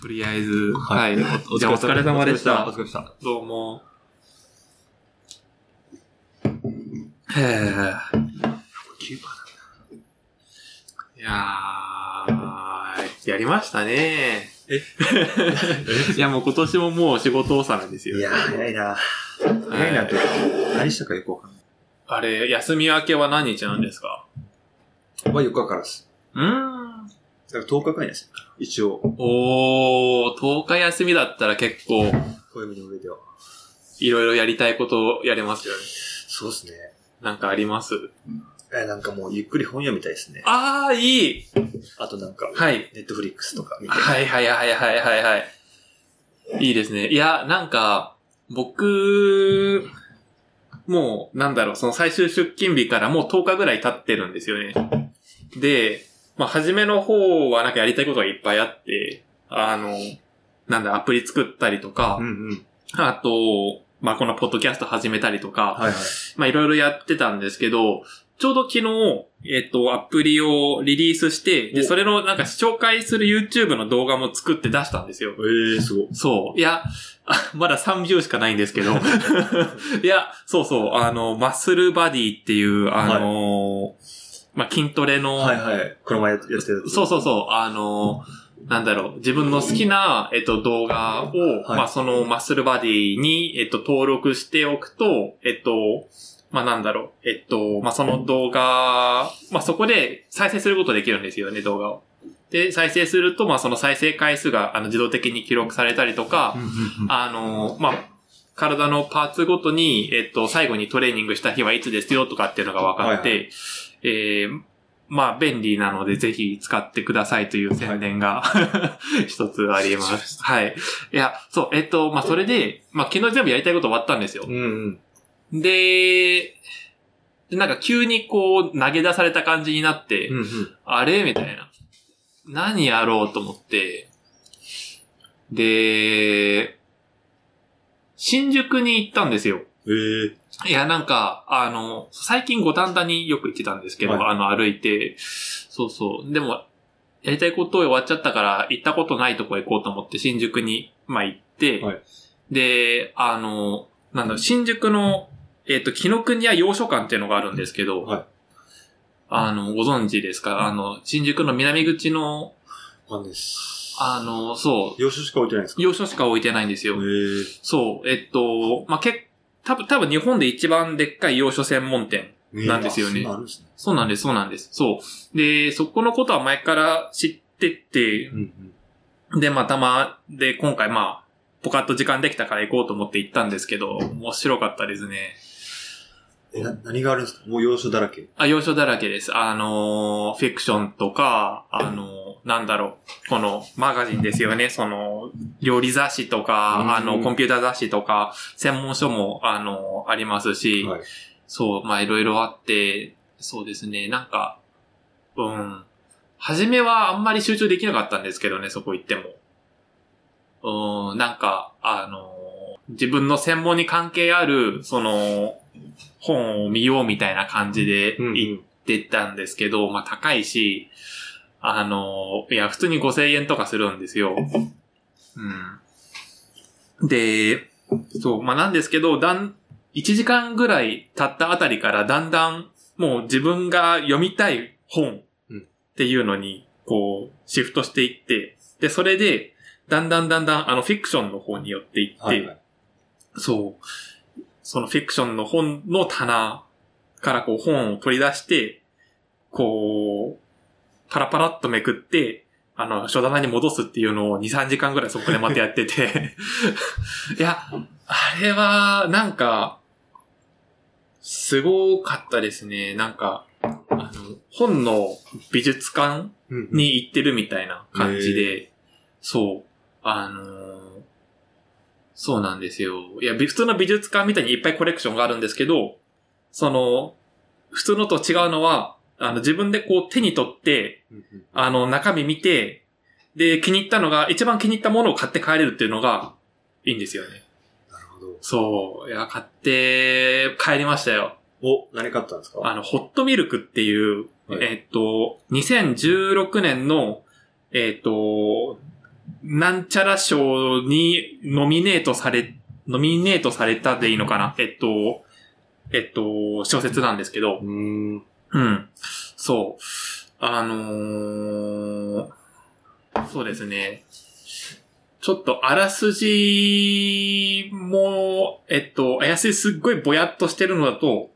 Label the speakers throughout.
Speaker 1: とりあえず、は。
Speaker 2: はいお
Speaker 1: じゃあ
Speaker 2: 疲れ様でした
Speaker 1: お疲れ様でした。どうも。へえ。9番いやー、やりましたね。 いや、もう今年ももう仕事納めですよ。
Speaker 2: いや、早いな。
Speaker 1: はい
Speaker 2: 早いなと。何したかよくわかんな
Speaker 1: あれ、休み明けは何日なんですか
Speaker 2: い。まあ、4日からです。
Speaker 1: うーん。
Speaker 2: だから10日間です。一応、
Speaker 1: おー、10日休みだったら結構、
Speaker 2: 暦の上では。
Speaker 1: いろいろやりたいことをやれますよね。
Speaker 2: そうですね。
Speaker 1: なんかあります
Speaker 2: え、なんかもうゆっくり本読みたいですね。
Speaker 1: あー、いい
Speaker 2: あとなんか、
Speaker 1: はい。
Speaker 2: ネットフリックスとか見て。
Speaker 1: はいはいはいはいはいはい。いいですね。いや、なんか、僕、もう、なんだろう、その最終出勤日からもう10日ぐらい経ってるんですよね。で、まあ、初めの方はなんかやりたいことがいっぱいあって、あの、なんだ、アプリ作ったりとか、
Speaker 2: んうん。
Speaker 1: あと、まあ、このポッドキャスト始めたりとか、
Speaker 2: はいはい。
Speaker 1: まあいろいろやってたんですけど、ちょうど昨日、えっ、と、アプリをリリースして、で、
Speaker 2: お
Speaker 1: それのなんか紹介する YouTube の動画も作って出したんですよ。
Speaker 2: ええ、すごい。
Speaker 1: そう。いや、あまだ3秒しかないんです けど。いや、そうそう、あの、マッスルバディっていう、あの、まあ、筋トレの、
Speaker 2: はいはい。この前やってたやつ。
Speaker 1: そうそうそう、あの、なんだろう、自分の好きな、えっと、動画を、
Speaker 2: はい
Speaker 1: まあ、そのマッスルバディに、えっと、登録しておくと、えっと、まあ、なんだろう、えっと、まあ、その動画、まあ、そこで再生することできるんですよね、動画を。で、再生すると、まあ、その再生回数が、あの、自動的に記録されたりとか、
Speaker 2: うんうんうん。
Speaker 1: あの、まあ、体のパーツごとに、えっと、最後にトレーニングした日はいつですよとかっていうのが分かって、
Speaker 2: はい
Speaker 1: えーまあ、便利なので、ぜひ使ってくださいという宣伝 が、一つあります。はい。いや、そう、えっと、まあ、それで、まあ、昨日全部やりたいこと終わったんですよ
Speaker 2: う。んうん。
Speaker 1: で、でなんか急にこう、投げ出された感じになって、
Speaker 2: うんうん。
Speaker 1: あれみたいな。何やろうと思って。で、新宿に行ったんですよ。
Speaker 2: ええ。
Speaker 1: いや、なんか、あの、最近五反田によく行ってたんですけど、
Speaker 2: はい
Speaker 1: あの、歩いて、そうそう。でも、やりたいこと終わっちゃったから、行ったことないとこ行こうと思って、新宿に、まあ、行って、
Speaker 2: はい
Speaker 1: で、あの、なんだろう、新宿の、えっ、と、紀ノ国屋洋書館っていうのがあるんですけど、
Speaker 2: はい
Speaker 1: あの、ご存知ですかあの、新宿の南口の、
Speaker 2: わかんないです。
Speaker 1: あ、の、そ
Speaker 2: 洋書しか置いてないんです
Speaker 1: う、
Speaker 2: か
Speaker 1: 洋書しか置いてないんですよ。
Speaker 2: え
Speaker 1: そう、えっと、まあ、け多分、多分日本で一番でっかい洋書専門店
Speaker 2: え。
Speaker 1: なんですよね
Speaker 2: あそなあるんですね。
Speaker 1: そうなんです、そうなんです。そう。で、そこのことは前から知ってて
Speaker 2: う、んうん。
Speaker 1: で、まあ、たま、で、今回まあ、ポカッと時間できたから行こうと思って行ったんですけど、面白かったですね。
Speaker 2: え、な、何があるんですかもう洋書だらけ。
Speaker 1: あ、要所だらけです。あのーフィクションとか、あのーなんだろう、このマガジンですよね。その、料理雑誌と
Speaker 2: うん
Speaker 1: か、あの、コンピューター雑誌とか、専門書も、あのーありますし、
Speaker 2: はい
Speaker 1: そう、まあ、いろいろあって、そうですね、なんか、うん。初めはあんまり集中できなかったんですけどね、そこ行っても。うん、なんか、あのー自分の専門に関係ある、その、本を見ようみたいな感じで
Speaker 2: うんうん
Speaker 1: 行ってたんですけど、まあ高いし、あのーいや、普通に5000円とかするんです よ。うん。で、そう、まあなんですけど、だん、1時間ぐらい経ったあたりからだんだんもう自分が読みたい本っていうのにこうシフトしていって、で、それでだんだんだんだんあのフィクションの方に寄っていって、
Speaker 2: はいはい。
Speaker 1: そう、そのフィクションの本の棚からこう本を取り出して、こう、パラパラっとめくって、あの、書棚に戻すっていうのを2、3時間ぐらいそこでまたやってて。 いや、あれは、なんか、すごかったですね。なんか、あの、本の美術館
Speaker 2: うんうん。
Speaker 1: に行ってるみたいな感じで、そう、あのーそうなんですよ。いや、び普通の美術館みたいにいっぱいコレクションがあるんですけど、その、普通のと違うのは、あの、自分でこう手に取って、
Speaker 2: うんうん
Speaker 1: あの、中身見て、で、気に入ったのが、一番気に入ったものを買って帰れるっていうのが、いいんですよね。
Speaker 2: なるほど。
Speaker 1: そう。いや、買って、帰りましたよ。
Speaker 2: お、何買ったんですか
Speaker 1: あの、ホットミルクっていう、
Speaker 2: はい
Speaker 1: えっと、2016年の、えっと、なんちゃら賞にノミネートされ、ノミネートされたでいいのかなえっと、えっと、小説なんですけど、
Speaker 2: うん。
Speaker 1: うん。そう。あのー、そうですね。ちょっとあらすじも、えっと、怪しいすっごいぼやっとしてるのだと、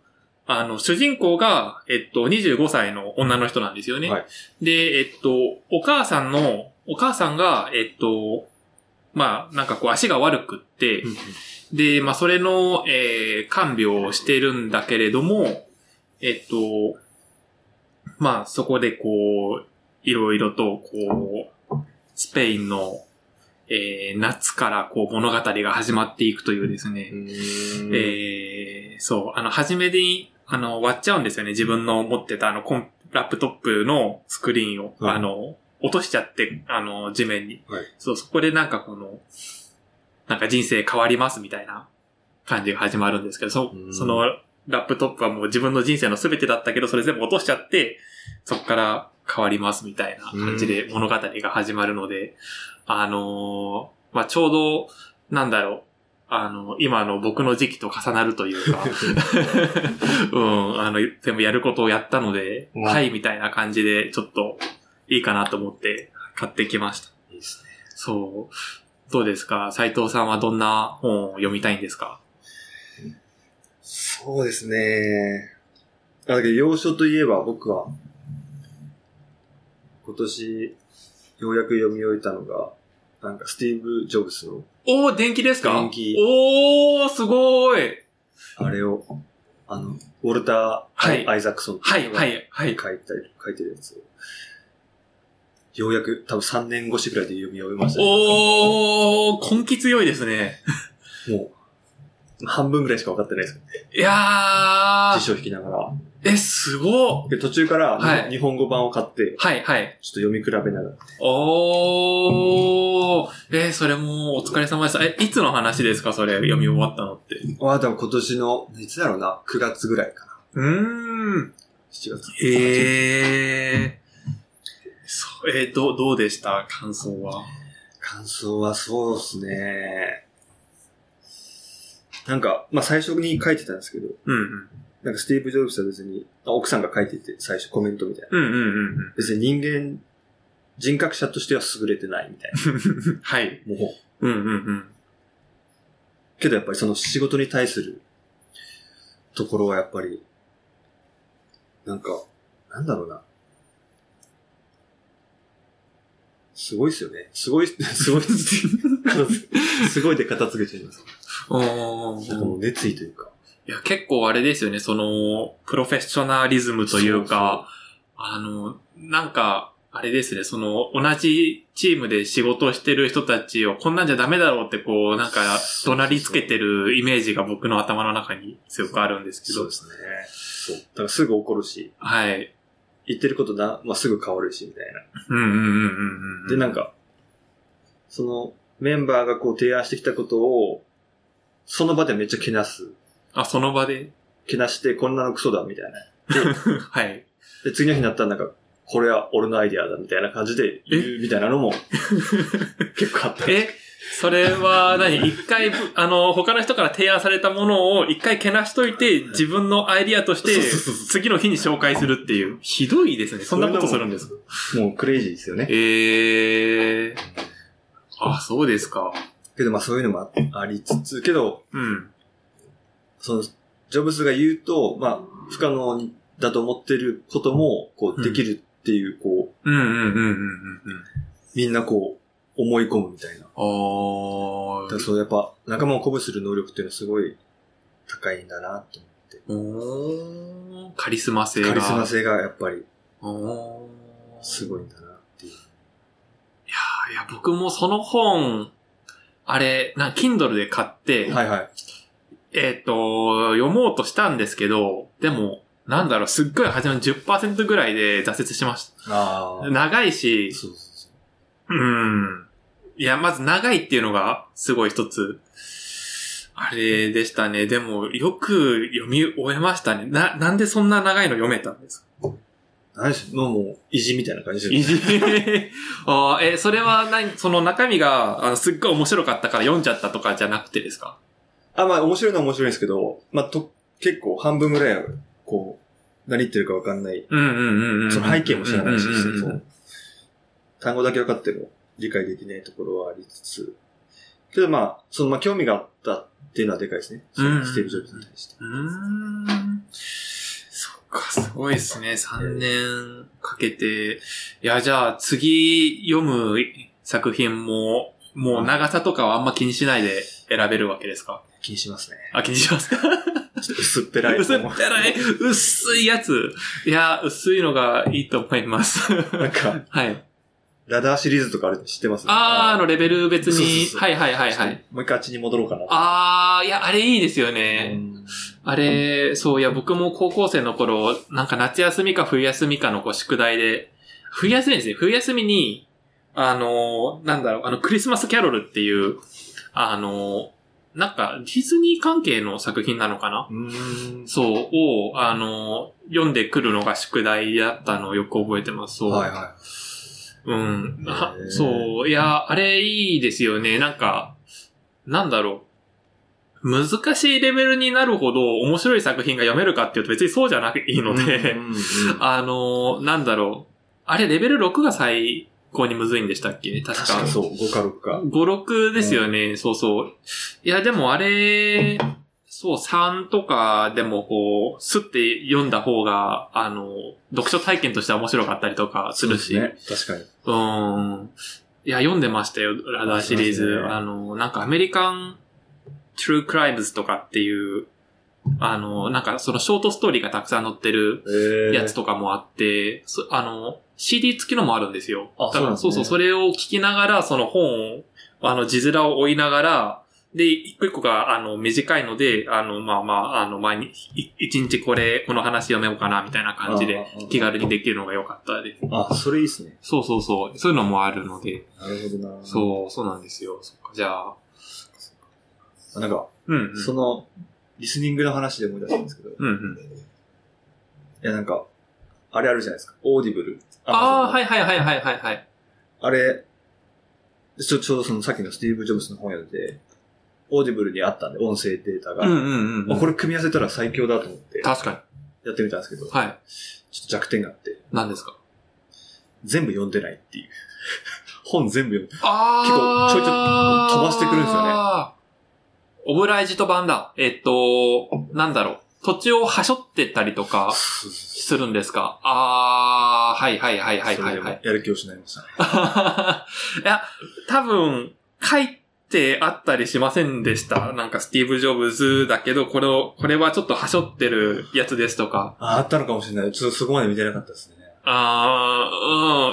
Speaker 1: あの、主人公が、えっと、25歳の女の人なんですよね。
Speaker 2: はい
Speaker 1: で、えっと、お母さんの、お母さんが、えっと、まあ、なんかこう足が悪くって、で、まあ、それの、えー、看病をしてるんだけれども、えっと、まあ、そこでこう、いろいろと、こう、スペインの、えー、夏からこう物語が始まっていくというですね、
Speaker 2: うん
Speaker 1: えー、そう、あの、初めに、あの、割っちゃうんですよね。自分の持ってたあの、コン、ラップトップのスクリーンを、
Speaker 2: はい
Speaker 1: あの、落としちゃって、あの、地面に。
Speaker 2: はい
Speaker 1: そう、そこでなんかこの、なんか人生変わりますみたいな感じが始まるんですけど、そ
Speaker 2: うん
Speaker 1: その、ラップトップはもう自分の人生の全てだったけど、それ全部落としちゃって、そこから変わりますみたいな感じで物語が始まるので、あのーまあ、ちょうど、なんだろう、あの、今の僕の時期と重なるという か、うん、あの、全部やることをやったので、
Speaker 2: うん
Speaker 1: はい、みたいな感じで、ちょっと、いいかなと思って買ってきました。
Speaker 2: いいっすね。
Speaker 1: そう。どうですか斉藤さんはどんな本を読みたいんですか
Speaker 2: そうですね。あだけど、洋書といえば僕は、今年、ようやく読み終えたのが、なんか、スティーブ・ジョブスの、
Speaker 1: おー、電気ですか
Speaker 2: 電気
Speaker 1: おー、すごーい。
Speaker 2: あれを、あの、ウォルター・
Speaker 1: はい
Speaker 2: アイザックソンって
Speaker 1: は
Speaker 2: う
Speaker 1: い、
Speaker 2: のが
Speaker 1: はい、はい。
Speaker 2: 書いたり、書いてるやつを、ようやく、多分3年越しぐらいで読み終えましたね、
Speaker 1: おー、根気強いですね。
Speaker 2: もう、半分ぐらいしか分かってないです。
Speaker 1: いや
Speaker 2: 辞
Speaker 1: ー、
Speaker 2: 書引きながら。
Speaker 1: え、すごっ
Speaker 2: で、途中から、
Speaker 1: はい
Speaker 2: 日本語版を買って、ちょっ
Speaker 1: はい、はい。
Speaker 2: と読み比べながら。
Speaker 1: おー、えーそれもお疲れ様でした。え、いつの話ですかそれ、読み終わったのって。
Speaker 2: わあ、多分今年の、いつだろうな、9月ぐらいかな。
Speaker 1: うーん。
Speaker 2: 7月。え。
Speaker 1: えー。そう、えー、どう、どうでした感想は。
Speaker 2: 感想はそうですね。なんか、まあ最初に書いてたんですけど、
Speaker 1: うんうん。
Speaker 2: なんかスティーブ・ジョブズは別に、あ奥さんが書いてて最初コメントみたいな。
Speaker 1: うんうんうんうん。
Speaker 2: 別に人間、人格者としては優れてないみたい
Speaker 1: はい。
Speaker 2: な。もう、
Speaker 1: うんうんうん。
Speaker 2: けどやっぱりその仕事に対するところはやっぱり、なんか、なんだろうな。すごいっすよね。すごいっ す、すごいっす。すごいで片付けちゃいます。
Speaker 1: お
Speaker 2: なんかもう熱意というか。
Speaker 1: いや、結構あれですよね、その、プロフェッショナリズムというか、あの、なんか、あれですね、その、同じチームで仕事をしてる人たちを、こんなんじゃダメだろうって、こう、なんか、怒鳴りつけてるイメージが僕の頭の中に強くあるんですけ
Speaker 2: そう
Speaker 1: ど
Speaker 2: で、すね。そう。だからすぐ怒るし、
Speaker 1: はい。
Speaker 2: 言ってることな、まあ、すぐ変わるし、みたい
Speaker 1: うんうんうんうんうん。
Speaker 2: な。で、なん
Speaker 1: か、
Speaker 2: か、そのメンバーがこう提案してきたことを、その場でめっちゃけなす。
Speaker 1: あ、その場 で
Speaker 2: けなして、こんなのクソだ、みたいな。
Speaker 1: はい。
Speaker 2: で、次の日になったらなんか、これは俺のアイディアだみたいな感じで言うみたいなの も結構あった。
Speaker 1: え、それは何、一回ぶ、 あの、他の人から提案されたものを一回けなしといて、自分のアイディアとして
Speaker 2: そうそうそう、そ
Speaker 1: 次の日に紹介するっていう。ひどいですね。そんなことするんですか
Speaker 2: もうクレイジーですよね。
Speaker 1: ええー。あ、そうですか。
Speaker 2: けどまあそういうのもあありつつ、けど、
Speaker 1: うん。
Speaker 2: その、ジョブズが言うと、まあ、不可能だと思ってることも、こ
Speaker 1: うん
Speaker 2: う、できるっていう、こう、
Speaker 1: うんうんうんうんうんうん。
Speaker 2: みんなこう、思い込むみたいな。だ
Speaker 1: あ
Speaker 2: から
Speaker 1: ー。
Speaker 2: そう、やっぱ、仲間を鼓舞する能力っていうのはすごい高いんだなと思って。
Speaker 1: おーカリスマ性が。
Speaker 2: カリスマ性がやっぱり、
Speaker 1: おー
Speaker 2: すごいんだなっていう。
Speaker 1: いや、僕もその本、あれ、なんか Kindle で買って、
Speaker 2: はいはい。
Speaker 1: えっ、と、読もうとしたんですけど、でも、なんだろう、すっごい初めの10%ぐらいで挫折しまし
Speaker 2: あ
Speaker 1: た。
Speaker 2: あ。
Speaker 1: 長いし、
Speaker 2: そうそうそう。
Speaker 1: うん。いや、まず長いっていうのが、すごい一つ、あれでしたね。でも、よく読み終えましたね。な、なんでそんな長いの読めたんですか
Speaker 2: 何しもうもう、意地みたいな感じす る
Speaker 1: い。じあーえ、それは何、その中身が、あの、すっごい面白かったから読んじゃったとかじゃなくてですか
Speaker 2: あ、まあ、面白いのは面白いんですけど、まあ、と、結構半分ぐらいは、こう、何言ってるかわかんない。
Speaker 1: うんうんうんうん。
Speaker 2: その背景も知らないし、
Speaker 1: うんうんうんうん
Speaker 2: そう単語だけ分かっても理解できないところはありつつ、けどまあ、その、まあ、興味があったっていうのはでかいですね。そ
Speaker 1: うんうんう
Speaker 2: の
Speaker 1: ん
Speaker 2: スティーブ・ジョブズに対して。
Speaker 1: うーん。そっか、すごいですね。3年かけて。いや、じゃあ次読む作品も、もう長さとかはあんま気にしないで選べるわけですか
Speaker 2: 気にしますね。
Speaker 1: あ、気にします。
Speaker 2: ちょっと薄っぺら い。
Speaker 1: 薄っぺらい、薄いやつ。いや、薄いのがいいと思い ます。
Speaker 2: なんか、
Speaker 1: はい。
Speaker 2: ラダーシリーズとかあるの知ってます
Speaker 1: あー、あの、レベル別
Speaker 2: そうそう
Speaker 1: に。
Speaker 2: そう
Speaker 1: はいはいはいはい。。
Speaker 2: もう一回あっちに戻ろうかな。
Speaker 1: あー、いや、あれいいですよ
Speaker 2: う
Speaker 1: ね。
Speaker 2: ん
Speaker 1: あれ、そういや、僕も高校生の頃、なんか夏休みか冬休みかのこう宿題で、冬休みですね、冬休みに、あのー、なんだろう、あの、クリスマスキャロルっていう、あのー、なんか、ディズニー関係の作品なのかな
Speaker 2: うーん。
Speaker 1: そう、を、あのー、読んでくるのが宿題だったのをよく覚えてます。そう。
Speaker 2: はいは
Speaker 1: うん。あ
Speaker 2: へー
Speaker 1: そう。いや、あれいいですよね。なんか、なんだろう。難しいレベルになるほど面白い作品が読めるかっていうと別にそうじゃなくていい
Speaker 2: い。
Speaker 1: ので、
Speaker 2: うんうんうん
Speaker 1: あのー、なんだろう。あれ、レベル6が最高にむずいんでしたっけ確か。
Speaker 2: 確かそう、5か6か。
Speaker 1: 5、6ですよね、そうそう。いや、でもあれ、そう、3とかでもこう、スって読んだ方が、あの、読書体験としては面白かったりとかするし、
Speaker 2: そうですね。確か
Speaker 1: うーん。いや、読んでましたよ、ラダーシリー
Speaker 2: そうで
Speaker 1: ズ
Speaker 2: す。ね
Speaker 1: あの、なんかアメリカン・トゥルー・クライムズとかっていう、あの、なんかそのショートストーリーがたくさん載ってる
Speaker 2: に。えー
Speaker 1: やつとかもあって、そあの、CD 付きのもあるんですよ。
Speaker 2: あ
Speaker 1: だから
Speaker 2: そ
Speaker 1: そうう
Speaker 2: なんです
Speaker 1: そ
Speaker 2: ね
Speaker 1: う、それを聞きながら、その本を、あの、字面を追いながら、で、一個一個が、あの、短いので、あの、まあまあ、あの、毎日、い一日これ、この話読めようかな、みたいな感じで、
Speaker 2: あー
Speaker 1: 気軽にできるのが良かったです。
Speaker 2: あ、それいいですね。
Speaker 1: そうそうそう。そういうのもあるので。
Speaker 2: なるほどな。
Speaker 1: そう、そうなんですよ。そっか、じゃあ。
Speaker 2: う。なんか、
Speaker 1: うん、うん。
Speaker 2: その、リスニングの話で思い出したんですけど、い
Speaker 1: うん、うん。
Speaker 2: やなんか、あれあるじゃないですか。オーディブル。。
Speaker 1: ああ、はいいはいはいはいはいはい。
Speaker 2: あれ、ちょ、ちょうどそのさっきのスティーブ・ジョブズの本読んで、オーディブルにあったんで、音声データが。
Speaker 1: うんうんうん。
Speaker 2: まあこれ組み合わせたら最強だと思って、や
Speaker 1: 確か
Speaker 2: ってみたんですけど、
Speaker 1: に。はい。
Speaker 2: ちょっと弱点があって、
Speaker 1: 何ですか
Speaker 2: 全部読んでないっていう。本全部読んで、
Speaker 1: ああ。
Speaker 2: 結構ちょいちょい飛ばしてくるんですよね
Speaker 1: オブライジト版だ。えっと、なんだろう。土地をはしょってたりとかするんですかああ、はいはいはいはいはいはい。
Speaker 2: やる気を失いましたね。
Speaker 1: いや、多分、書いてあったりしませんでした。なんかスティーブ・ジョブズだけど、これを、これはちょっとはしょってるやつですとか。
Speaker 2: ああったのかもしれない。ちょっとそこまで見てなかったですね。
Speaker 1: あ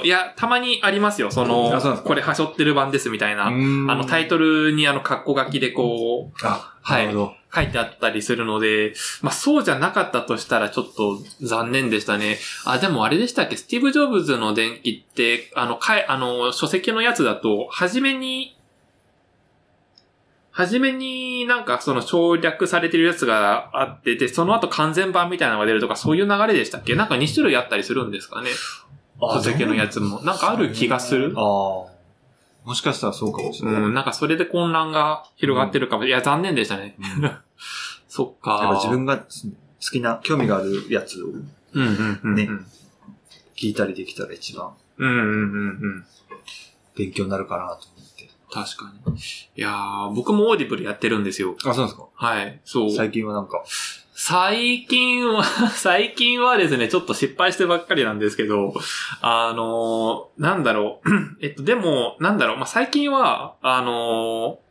Speaker 1: ーうん。いや、たまにありますよ。その、
Speaker 2: あそうなんですか
Speaker 1: これはしょってる版ですみたいな。あの、タイトルにあの、カッコ書きでこう、
Speaker 2: あ、
Speaker 1: は
Speaker 2: ないる、ほ
Speaker 1: 書いてあったりするので、まあ、そうじゃなかったとしたらちょっと残念でしたね。あ、でもあれでしたっけスティーブ・ジョブズの電気って、あの、かい、あの、書籍のやつだと、初めに、初めになんかその省略されてるやつがあって、で、その後完全版みたいなのが出るとか、そういう流れでしたっけなんか2種類あったりするんですかね
Speaker 2: ど。
Speaker 1: 書籍のやつも。なんかある気がする
Speaker 2: あ。あ。もしかしたらそうかもしれない。
Speaker 1: う
Speaker 2: や
Speaker 1: ん、なんかそれで混乱が広がってるかも。いや、残念でしたね。そっか。
Speaker 2: っぱ自分が好きな、興味があるやつを
Speaker 1: うんうんうんうん。
Speaker 2: ね聞いたりできたら一番
Speaker 1: うんうんうんうん。
Speaker 2: 勉強になるかなと思って。
Speaker 1: 確かに。いやー、僕もオーディブルやってるんですよ。
Speaker 2: あ、そうなんですか
Speaker 1: はい。そう。
Speaker 2: 最近はなんか、
Speaker 1: 最近は、 最近はですね、ちょっと失敗してばっかりなんですけど、あのーなんだろう。 えっと、でも、なんだろう。まあ、最近は、あのー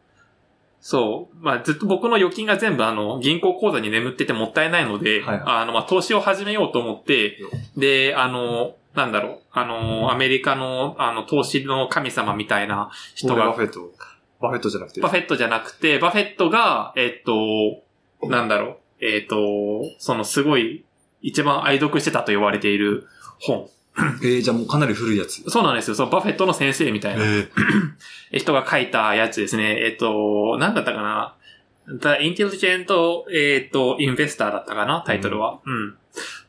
Speaker 1: そう。まあ、ずっと僕の預金が全部あの、銀行口座に眠っててもったいないので、
Speaker 2: はいはい
Speaker 1: あの、まあ、投資を始めようと思って、で、あのーなんだろう。あのーアメリカの、あの、投資の神様みたいな人
Speaker 2: 人が
Speaker 1: が
Speaker 2: バフェット、バフェットじゃなくて、
Speaker 1: バフェットじゃなくて、バフェットが、えっと、なんだろう、えっと、そのすごい、一番愛読してたと言われている本。
Speaker 2: えー、じゃあもうかなり古いやつ。
Speaker 1: そうなんですよ。そのバフェットの先生みたいな
Speaker 2: ー、
Speaker 1: 人が書いたやつですね。えっと、なんだったかな。だインテリジェント、えっ、と、インベスターだったかな、タイトルは。うん。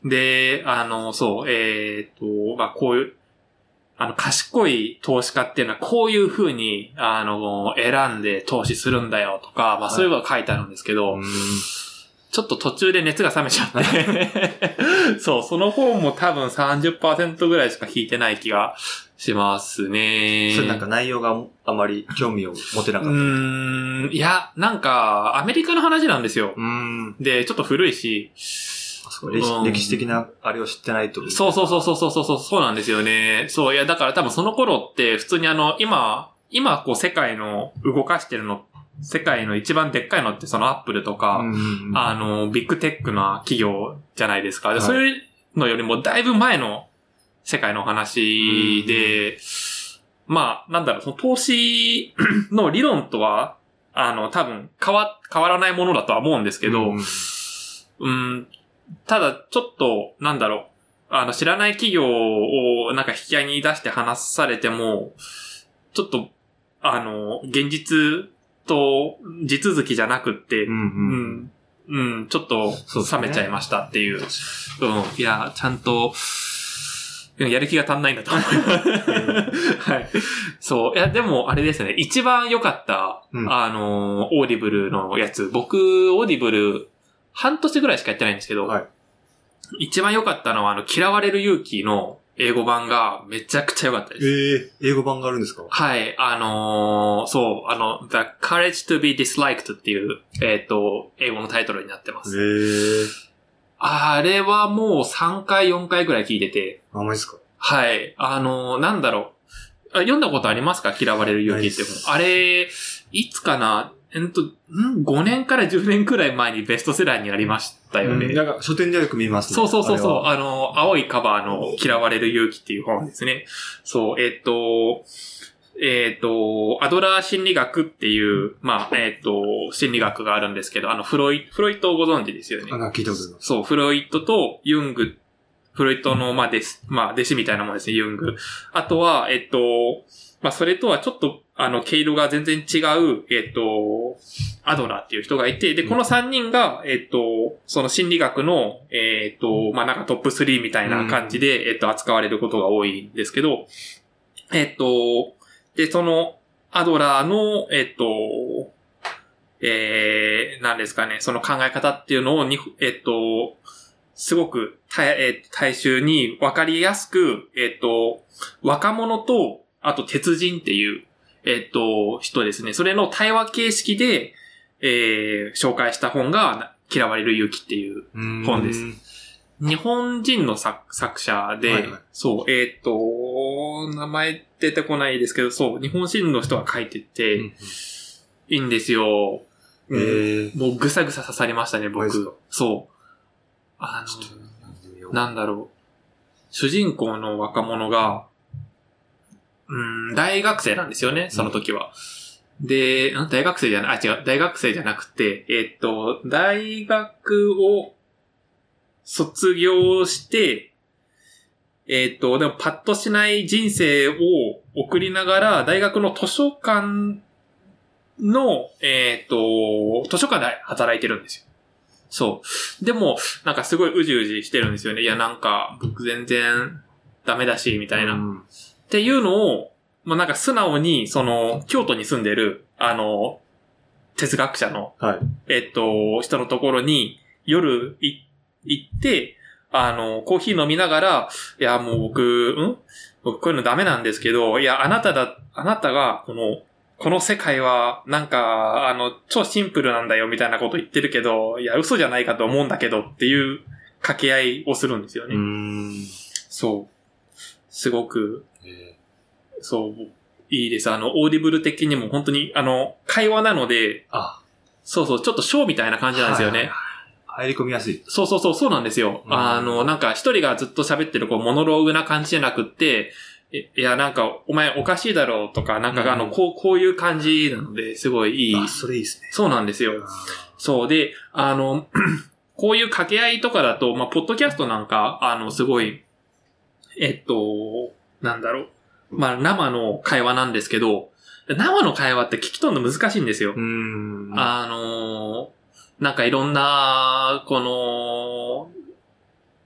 Speaker 1: で、あの、そう、えっ、と、まあ、こういう、あの、賢い投資家っていうのは、こういう風に、あの、選んで投資するんだよとか、まあ、そういうのが書いてあるんですけど、
Speaker 2: うん
Speaker 1: ちょっと途中で熱が冷めちゃって。 そう、その本も多分30%ぐらいしか引いてない気がしますね。
Speaker 2: それなんか内容があまり興味を持てな
Speaker 1: う
Speaker 2: かった。
Speaker 1: ーん、いや、なんか、アメリカの話なんですよ。
Speaker 2: うん。
Speaker 1: で、ちょっと古いし、
Speaker 2: あそう歴史
Speaker 1: うん
Speaker 2: 歴史的なあれを知ってないと。
Speaker 1: そうそうそうそうそうそうそう、そうなんですよね。そう、いや、だから多分その頃って、普通にあの、今、今、こう、世界の動かしてるの、世界の一番でっかいのって、そのアップルとか、
Speaker 2: うん。
Speaker 1: あの、ビッグテックな企業じゃないですか。で、
Speaker 2: はい
Speaker 1: そういうのよりもだいぶ前の世界のお話で、まあ、なんだろう、その投資 の理論とは、あの、多分変わ、変わらないものだとは思うんですけど、
Speaker 2: うん
Speaker 1: うん、ただ、ちょっと、なんだろう、あの、知らない企業をなんか引き合いに出して話されても、ちょっと、あの、現実と地続きじゃなくって、
Speaker 2: うんうんうん。
Speaker 1: うん、うん、ちょっと
Speaker 2: そうですね
Speaker 1: 冷めちゃいましたっていう。うん、いや、ちゃんと、うんやる気が足んないんだと思う。 はい。そう。いや、でも、あれですね。一番良かった、
Speaker 2: うん
Speaker 1: あのー、オーディブルのやつ。僕、オーディブル、半年ぐらいしかやってないんですけど、
Speaker 2: はい
Speaker 1: 一番良かったのは、あの、嫌われる勇気の英語版がめちゃくちゃ良かったです。
Speaker 2: ええ英語版があるんですか
Speaker 1: はい、あのーそう、あの、The Courage to be Disliked っていう、えっ、と、英語のタイトルになってま
Speaker 2: ええ
Speaker 1: す。あれはもう3回、4回ぐらい聞いてて、
Speaker 2: あ、マジですか
Speaker 1: はい、あのーなんだろう。あ読んだことありますか嫌われる勇気って
Speaker 2: ないです
Speaker 1: 本。あれ、いつかなえっと、ん ?5 年から10年くらい前にベストセラーになりましたよね。
Speaker 2: うんなんか書店でよく見ますね。
Speaker 1: そうそうそうそう。
Speaker 2: あ
Speaker 1: あの、青いカバーの嫌われる勇気っていう本ですね。そう、えっ、と、えっ、と、アドラー心理学っていう、まあ、えっ、と、心理学があるんですけど、あの、フロイ、フロイトをご存知ですよ
Speaker 2: れは。
Speaker 1: ね。
Speaker 2: なんか聞いたことあります。
Speaker 1: そう、フロイトとユング、フロイトの、まあ、弟子、まあ、弟子みたいなもんですね、ユング。あとは、えっ、と、まあ、それとはちょっと、あの、毛色が全然違う、えっ、と、アドラーっていう人がいて、で、この3人が、えっ、と、その心理学の、えっ、と、まあ、なんかトップ3みたいな感じで、えっ、と、扱われることが多いんですけど、えっ、と、で、その、アドラーの、えっ、と、えー、なんですかね、その考え方っていうのをに、えっ、と、すごく、たえー大衆に分かりやすく、えっ、と、若者と、あと鉄人っていう、えっ、と、人ですね。それの対話形式で、えー、紹介した本が、嫌われる勇気っていう本です
Speaker 2: す。
Speaker 1: 日本人の作作者で、
Speaker 2: はいはい
Speaker 1: そう、えっ、と、名前出てこないですけど、そう、日本人の人が書いてて、
Speaker 2: うん
Speaker 1: いいんですよ。
Speaker 2: うんええ
Speaker 1: もうぐさぐさ刺さりましたね、
Speaker 2: マジっすか
Speaker 1: 僕。そう。あ
Speaker 2: ちょっと
Speaker 1: の、
Speaker 2: 読んでみよう
Speaker 1: なんだろう。主人公の若者が、うん、大学生なんですよね、その時は。で、ん大学生じゃない、あ、違う、大学生じゃなくて、えっと、大学を卒業して、えっと、でもパッとしない人生を送りながら、大学の図書館の、えっと、図書館で働いてるんですよ。そう。でも、なんかすごいうじうじしてるんですよね。いや、なんか、僕全然ダメだし、みたいな。
Speaker 2: うん
Speaker 1: っていうのを、まあ、なんか素直に、その、京都に住んでる、あの、哲学者の、
Speaker 2: はい。
Speaker 1: えっと、人のところに、夜い行って、あの、コーヒー飲みながら、いや、もう僕、ん僕こういうのダメなんですけど、いや、あなただ、あなたが、この、この世界は、なんか、あの、超シンプルなんだよ、みたいなこと言ってるけど、いや、嘘じゃないかと思うんだけど、っていう掛け合いをするんですよね。
Speaker 2: うん。
Speaker 1: そう。すごく、
Speaker 2: え
Speaker 1: そう、いいです。あの、オーディブル的にも本当に、あの、会話なので、
Speaker 2: あ
Speaker 1: そうそう、ちょっとショーみたいな感じなんですよね。
Speaker 2: はい入り込みやすい。
Speaker 1: そうそうそう、そうなんですよ。
Speaker 2: うん
Speaker 1: あの、なんか一人がずっと喋ってる、こう、モノローグな感じじゃなくって、えいや、なんか、お前おかしいだろうとか、なん
Speaker 2: うん
Speaker 1: か、あの、こう、こういう感じなので、すごいいい。
Speaker 2: あ、それいいですね。
Speaker 1: そうなんですよ。そうで、あの、 こういう掛け合いとかだと、まあ、ポッドキャストなんか、あの、すごい、えっと、なんだろう。まあ、生の会話なんですけど、生の会話って聞き取るの難しいんですよ。
Speaker 2: ん
Speaker 1: あのーなんかいろんな、この、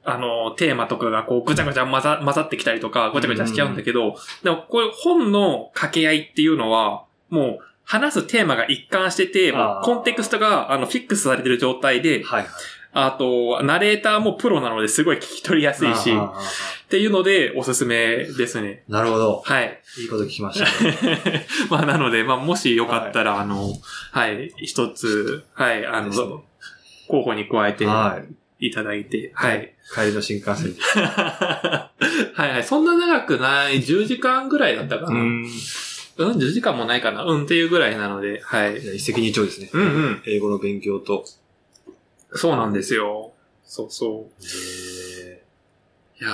Speaker 1: あのーテーマとかがこう、ぐちゃぐちゃ混ざ混ざってきたりとか、ごちゃごちゃしちゃうんだけど、でもこれ本の掛け合いっていうのは、もう、話すテーマが一貫してて、もう
Speaker 2: あー
Speaker 1: コンテクストが、あの、フィックスされてる状態で、
Speaker 2: はいはい。
Speaker 1: あと、ナレーターもプロなのですごい聞き取りやすいし、
Speaker 2: あー
Speaker 1: っ
Speaker 2: あーあー
Speaker 1: ていうので、おすすめですね。
Speaker 2: なるほど。
Speaker 1: はい。
Speaker 2: いいこと聞きましたね。
Speaker 1: まあ、なので、まあ、もしよかったら、あの、はい、一つ、はい、あの
Speaker 2: ですね、
Speaker 1: 候補に加えて
Speaker 2: はい。
Speaker 1: いただいて、はい。
Speaker 2: 帰りの新幹線。
Speaker 1: はいはい。そんな長くない、10時間ぐらいだったかな。うん、
Speaker 2: ん。じ
Speaker 1: 10時間もないかな。うん、っていうぐらいなので、はい。
Speaker 2: ゃあ一石二鳥ですね。
Speaker 1: うんうん。
Speaker 2: 英語の勉強と。
Speaker 1: そうなんですよ。そうそう。いや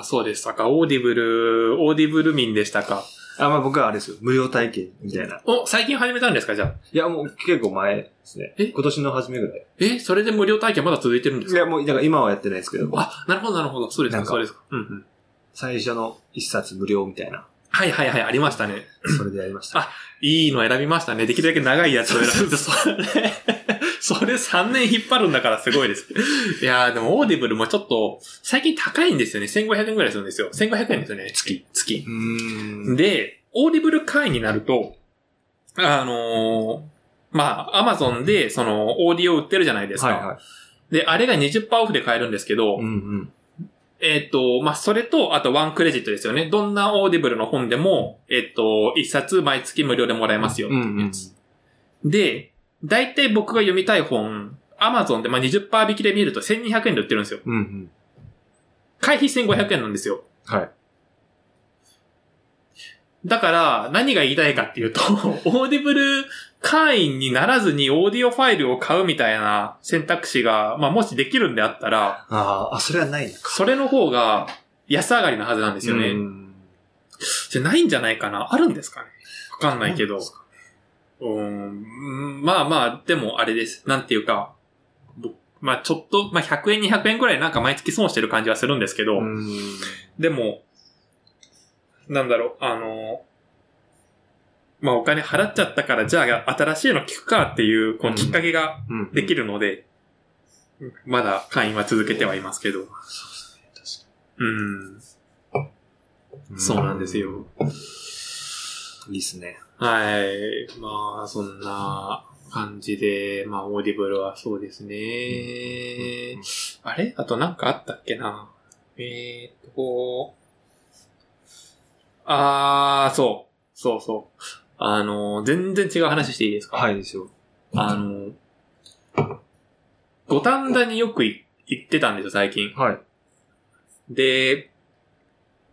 Speaker 1: ー、そうでしたか。オーディブル、オーディブル民でしたか。
Speaker 2: あ、まあ僕はあれですよ。無料体験みたいな。
Speaker 1: お、最近始めたんですか、じゃあ。
Speaker 2: いや、もう結構前ですね。
Speaker 1: え
Speaker 2: 今年の初めぐらい。
Speaker 1: え、それで無料体験まだ続いてるんです
Speaker 2: い
Speaker 1: か
Speaker 2: や、もう、だから今はやってないですけど、
Speaker 1: あ、なるほど、なるほど。そうですか、
Speaker 2: なんか
Speaker 1: そうですか。うんうん。
Speaker 2: 最初の一冊無料みたいな。
Speaker 1: はいはいはい、ありましたね。
Speaker 2: それでやりました。
Speaker 1: あいいの選びましたね。できるだけ長いやつを選んで、それ、それ3年引っ張るんだからすごいです。いやー、でもオーディブルもちょっと、最近高いんですよね。1500円ぐらいするんですよ。1500円ですよね。月。月。
Speaker 2: うーん。
Speaker 1: で、オーディブル会員になると、あのーまあ、アマゾンで、その、オーディオ売ってるじゃないですか。
Speaker 2: はいはい。
Speaker 1: で、あれが20%オフで買えるんですけど、
Speaker 2: うんうん。
Speaker 1: えっ、と、まあ、それと、あとワンクレジットですよね。どんなオーディブルの本でも、えっ、と、一冊毎月無料でもらえますよ。
Speaker 2: うんうん。
Speaker 1: で、大体僕が読みたい本、アマゾンでまあ20%引きで見ると1200円で売ってるんですよ。
Speaker 2: うんうん。
Speaker 1: 会費1500円なんですよ。
Speaker 2: はい。
Speaker 1: だから、何が言いたいかっていうと、 オーディブル会員にならずにオーディオファイルを買うみたいな選択肢が、まあ、もしできるんであったら、
Speaker 2: あーあ、それはないのか。
Speaker 1: それの方が安上がりなはずなんですよね。
Speaker 2: うん
Speaker 1: じゃないんじゃないかなあるんですかねわかんないけ
Speaker 2: そう
Speaker 1: ど
Speaker 2: なんです。
Speaker 1: うーん、まあまあ、でもあれです。なんていうか、ぼまあちょっと、まあ100円200円くらいなんか毎月損してる感じはするんですけど、
Speaker 2: うん。
Speaker 1: でも、なんだろう、あの、まあお金払っちゃったから、じゃあ新しいの聞くかっていう、このきっかけが
Speaker 2: うん。
Speaker 1: できるので、まだ会員は続けてはいますけど。うん、そうなんですよ。。
Speaker 2: いいっすね。
Speaker 1: はい。まあ、そんな感じで、まあ、オーディブルはそうですね。あれあとなんかあったっけなえーっと、あー、そう。そうそう。あの、全然違う話していいですか。
Speaker 2: はいい、ですよ。
Speaker 1: あの、五反田によくい行ってたんですよ、最近。
Speaker 2: はい。
Speaker 1: で、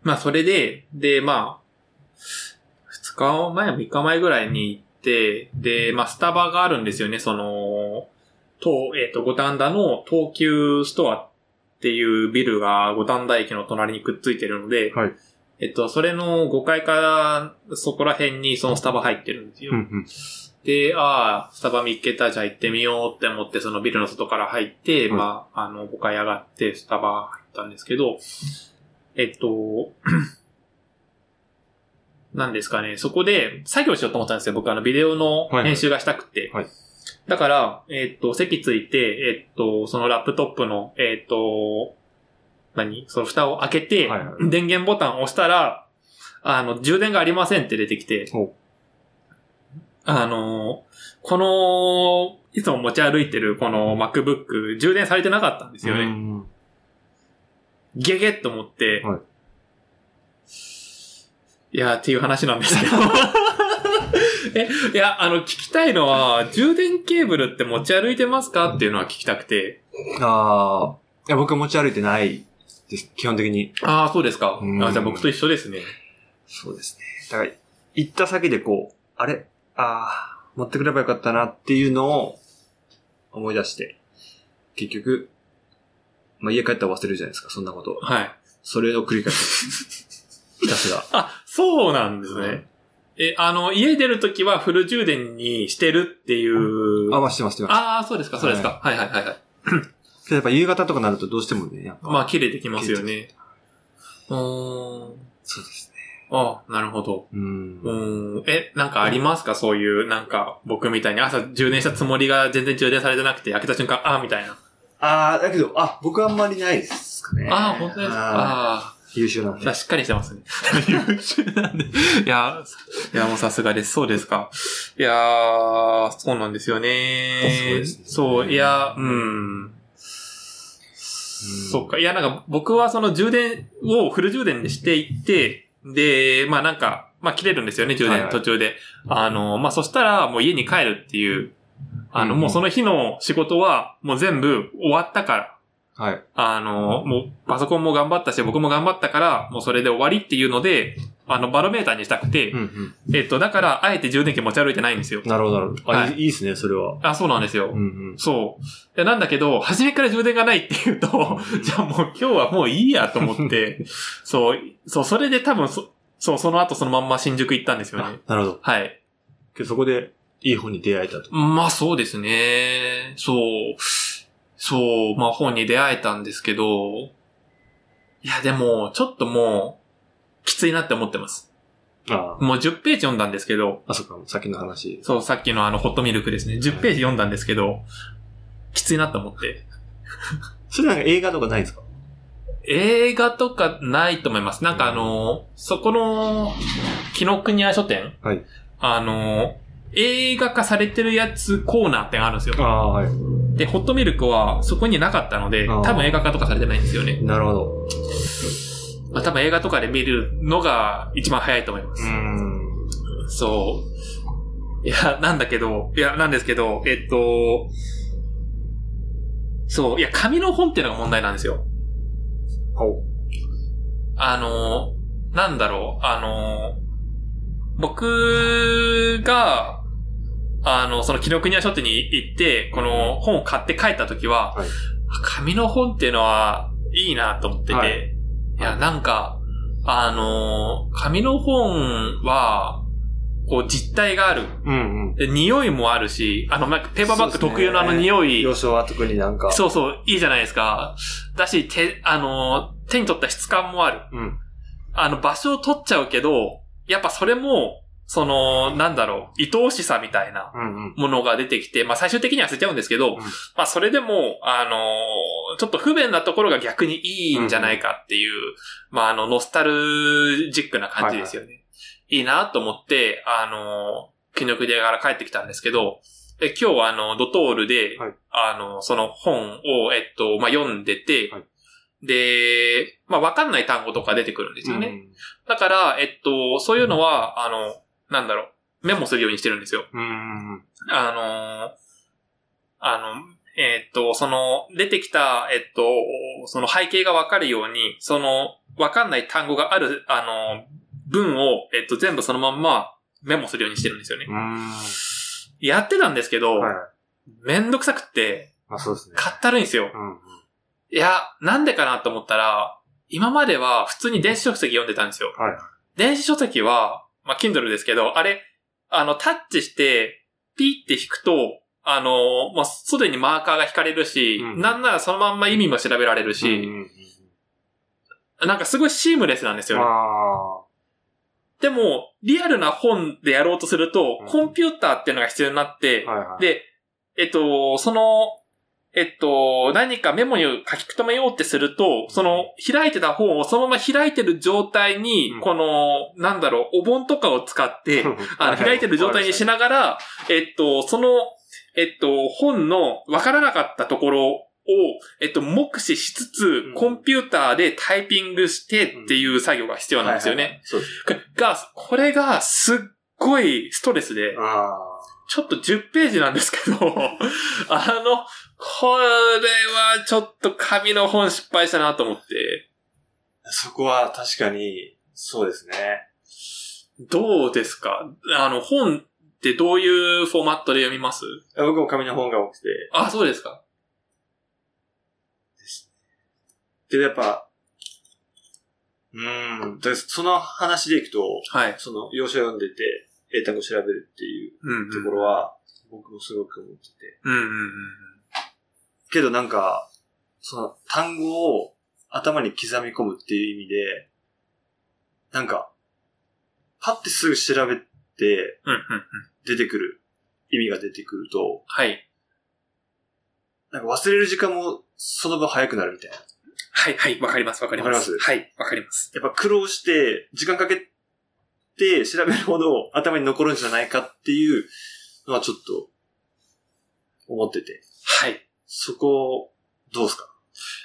Speaker 1: まあそれで、で、まあ、2日前、3日前ぐらいに行って、で、まあスタバがあるんですよね、その、と、えっ、と、五反田の東急ストアっていうビルが五反田駅の隣にくっついてるので、
Speaker 2: はい
Speaker 1: えっと、それの5階からそこら辺にそのスタバ入ってるんですよ。
Speaker 2: うんうん。
Speaker 1: で、ああ、スタバ見っけた、じゃあ行ってみようって思って、そのビルの外から入って、
Speaker 2: うん
Speaker 1: まあ、あの、5階上がって、スタバ入ったんですけど、えっと、 なんですかね、そこで作業しようと思ったんですよ。僕、あの、ビデオの
Speaker 2: はいはい
Speaker 1: 編集がしたくて。
Speaker 2: はい
Speaker 1: だから、えっと、席ついて、えっと、そのラップトップの、えっと、何その蓋を開けて、
Speaker 2: はいはい
Speaker 1: 電源ボタンを押したら、あの、充電がありませんって出てきて
Speaker 2: ほう、
Speaker 1: あの、この、いつも持ち歩いてるこの MacBook、充電されてなかったんですよね。
Speaker 2: ね。
Speaker 1: ゲゲッと思って、
Speaker 2: はい
Speaker 1: い、やー、っていう話なんですけ ど。え、いや、あの、聞きたいのは、充電ケーブルって持ち歩いてますかっていうのは聞きたくて。
Speaker 2: ああ、いや、僕は持ち歩いてないです。基本的に。
Speaker 1: ああ、そうですか。
Speaker 2: うん
Speaker 1: あじゃあ僕と一緒ですね。
Speaker 2: そうですね。だから、行った先でこう、あれああ、持ってくればよかったなっていうのを思い出して、結局、まあ、家帰ったら忘れるじゃないですか、そんなこと。
Speaker 1: はい。
Speaker 2: それを繰り返す。ひたす ら。
Speaker 1: あ、そうなんですね。え、あの、家出るときはフル充電にしてるっていう。
Speaker 2: あ、まあ、してます、してます。
Speaker 1: ああ、そうですか、そうですか。はいはいはいはい。
Speaker 2: けどやっぱ夕方とかになるとどうしてもね、やっぱ。
Speaker 1: まあ、切れてきますよ
Speaker 2: 切
Speaker 1: ね。うーん。
Speaker 2: そうですね。
Speaker 1: ああ、なるほど。
Speaker 2: うん
Speaker 1: う。ーん。え、なんかありますかそういう、なんか、僕みたいに朝充電したつもりが全然充電されてなくて、開けた瞬間、ああ、みたいな。
Speaker 2: あー、だけど、あ、僕あんまりないですかね。
Speaker 1: ああ、本当ですか。
Speaker 2: あ
Speaker 1: あ
Speaker 2: ー優秀なん
Speaker 1: あ。じゃ
Speaker 2: で
Speaker 1: あ。しっかりしてますね。 優秀なんで。いや、いや、もうさすがです。そうですか。いやー、そうなんですよね。
Speaker 2: そうですね
Speaker 1: そう、いや、うん。そっか。いや、なんか僕はその充電をフル充電でしていって、で、まあなんか、まあ切れるんですよね、充
Speaker 2: はい
Speaker 1: 電
Speaker 2: はい
Speaker 1: 途中で。あの、まあそしたらもう家に帰るっていう、あの、
Speaker 2: うんうん
Speaker 1: もうその日の仕事はもう全部終わったから、
Speaker 2: はい。
Speaker 1: あの、もうパソコンも頑張ったし、僕も頑張ったから、もうそれで終わりっていうので、あの、バロメーターにしたくて
Speaker 2: う、んうん。
Speaker 1: えっと、だから、あえて充電器持ち歩いてないんですよ。
Speaker 2: なるほど、なるほど。あ、
Speaker 1: はい
Speaker 2: い、いいですね、それは。
Speaker 1: あ、そうなんですよ。
Speaker 2: うんうん。
Speaker 1: そう。でなんだけど、初めから充電がないって言うと、 じゃあもう今日はもういいやと思って、 そう、そう、それで多分そ、そう、その後そのまんま新宿行ったんですよ
Speaker 2: あ
Speaker 1: ね。、
Speaker 2: なるほど
Speaker 1: はい。
Speaker 2: けど。そこで、いい本に出会えたと。
Speaker 1: まあそうですね。そう。そう、まあ本に出会えたんですけど、いやでも、ちょっともう、きついなって思ってます。
Speaker 2: あー
Speaker 1: もう10ページ読んだんですけど、
Speaker 2: あ、そっか、さっきの話。
Speaker 1: そう、さっきのあの、ホットミルクですね。10ページ読んだんですけど、きついなって思って。
Speaker 2: それなんか映画とかないんですか
Speaker 1: 映画とかないと思います。なんかあのーそこの、紀ノ国屋書店
Speaker 2: はい
Speaker 1: あのー映画化されてるやつコーナーってあるんですよ。
Speaker 2: ああー、は
Speaker 1: で、ホットミルクはそこになかったので、
Speaker 2: あー
Speaker 1: 多分映画化とかされてないんですよね
Speaker 2: い。。なるほど。
Speaker 1: まあ多分映画とかで見るのが一番早いと思います。
Speaker 2: ん。
Speaker 1: そう。いや、なんだけど、いや、なんですけど、えっと、そう、いや、紙の本っていうのが問題なんですよ。
Speaker 2: ほ
Speaker 1: あの、なんだろう、あの、僕が、あの、その、記録には書店に行って、この本を買って帰った時は、
Speaker 2: はい
Speaker 1: 紙の本っていうのはいいなと思ってて、
Speaker 2: はい
Speaker 1: い、
Speaker 2: は
Speaker 1: や、
Speaker 2: い
Speaker 1: なんか、あの、紙の本は、こう、実体がある。
Speaker 2: う。うんうん。
Speaker 1: で匂いもあるし、あの、なんかペーパーバッグ
Speaker 2: そうですね
Speaker 1: 特有のあの匂い、
Speaker 2: 要所は特になんか。
Speaker 1: そうそう、いいじゃないですか。だし、手、あの、手に取った質感もある。
Speaker 2: う。うん。
Speaker 1: あの、場所を取っちゃうけど、やっぱそれも、その、なんだろう、愛おしさみたいな
Speaker 2: うんうん。
Speaker 1: ものが出てきて、まあ最終的には捨てちゃうんですけど、
Speaker 2: うん
Speaker 1: まあそれでも、あのーちょっと不便なところが逆にいいんじゃないかっていう、まああの、ノスタルジックな感じですよね。いい、なと思って、あのー、筋力でから帰ってきたんですけど、で今日はあの、ドトールで、
Speaker 2: はい
Speaker 1: あの、その本を、えっと、まあ読んでて、
Speaker 2: はい
Speaker 1: で、まあわかんない単語とか出てくるんですよね。だから、えっと、そういうのは、あの、なんだろう、メモするようにしてるんですよ。
Speaker 2: うん。うんうん。
Speaker 1: あのーあの、えーっと、その、出てきた、えっと、その背景がわかるように、その、わかんない単語がある、あの、文を、えっと、全部そのまんまメモするようにしてるんですよね
Speaker 2: う。ん。
Speaker 1: やってたんですけど、
Speaker 2: はい。
Speaker 1: めんどくさくって、
Speaker 2: まあそうですね。
Speaker 1: かったるいんですよ
Speaker 2: う。んうん。
Speaker 1: いや、なんでかなと思ったら、今までは普通に電子書籍読んでたんですよ。
Speaker 2: はい。
Speaker 1: 電子書籍は、まあ、Kindle ですけど、あれ、あの、タッチして、ピーって引くと、あの、まあ、すでにマーカーが引かれるし、
Speaker 2: うん
Speaker 1: なんならそのまんま意味も調べられる
Speaker 2: うん
Speaker 1: し、
Speaker 2: うんうん
Speaker 1: なんかすごいシームレスなんですよね。
Speaker 2: あ
Speaker 1: でも、リアルな本でやろうとすると、
Speaker 2: うん
Speaker 1: コンピューターっていうのが必要になって、
Speaker 2: あ。はいはい。
Speaker 1: で、えっと、その、えっと、何かメモに書き留めようってすると、その、開いてた本をそのまま開いてる状態に
Speaker 2: うん、
Speaker 1: この、なんだろう、お盆とかを使 って、あの、開いてる状態にし
Speaker 2: な
Speaker 1: ながら、えっと、その、えっと、本の分からなかったところを、えっと、目視しつつ
Speaker 2: ん、
Speaker 1: コンピューターでタイピングしてっていう作業が必要なんですよね。。
Speaker 2: そうです。
Speaker 1: が、これがすっごいストレスで、
Speaker 2: あ
Speaker 1: ちょっと10ページなんですけど、あの、 これはちょっと紙の本失敗したなと思って、
Speaker 2: あ。そこは確かに、そうですね。
Speaker 1: どうですかあの、本ってどういうフォーマットで読みます
Speaker 2: 僕も紙の本が多くて。
Speaker 1: あ、そうですか。
Speaker 2: けどやっぱ、うーん。でその話でいくと、
Speaker 1: はい。
Speaker 2: その、要所読んでて、英単語調べるっていう
Speaker 1: うんうん
Speaker 2: ところは、僕もすごく思ってて。
Speaker 1: うんうんうん。
Speaker 2: けどなんか、その、単語を頭に刻み込むっていう意味で、なんか、パッてすぐ調べて
Speaker 1: うん、うん、うん。
Speaker 2: 出てくる、意味が出てくると、
Speaker 1: はい。
Speaker 2: なんか忘れる時間もその分早くなるみたいな。
Speaker 1: はい、はい、わかります、わかります。
Speaker 2: わ
Speaker 1: はい、わかります。
Speaker 2: やっぱ苦労して、時間かけて調べるほど頭に残るんじゃないかっていうのはちょっと思ってて。
Speaker 1: はい。
Speaker 2: そこ、どうですか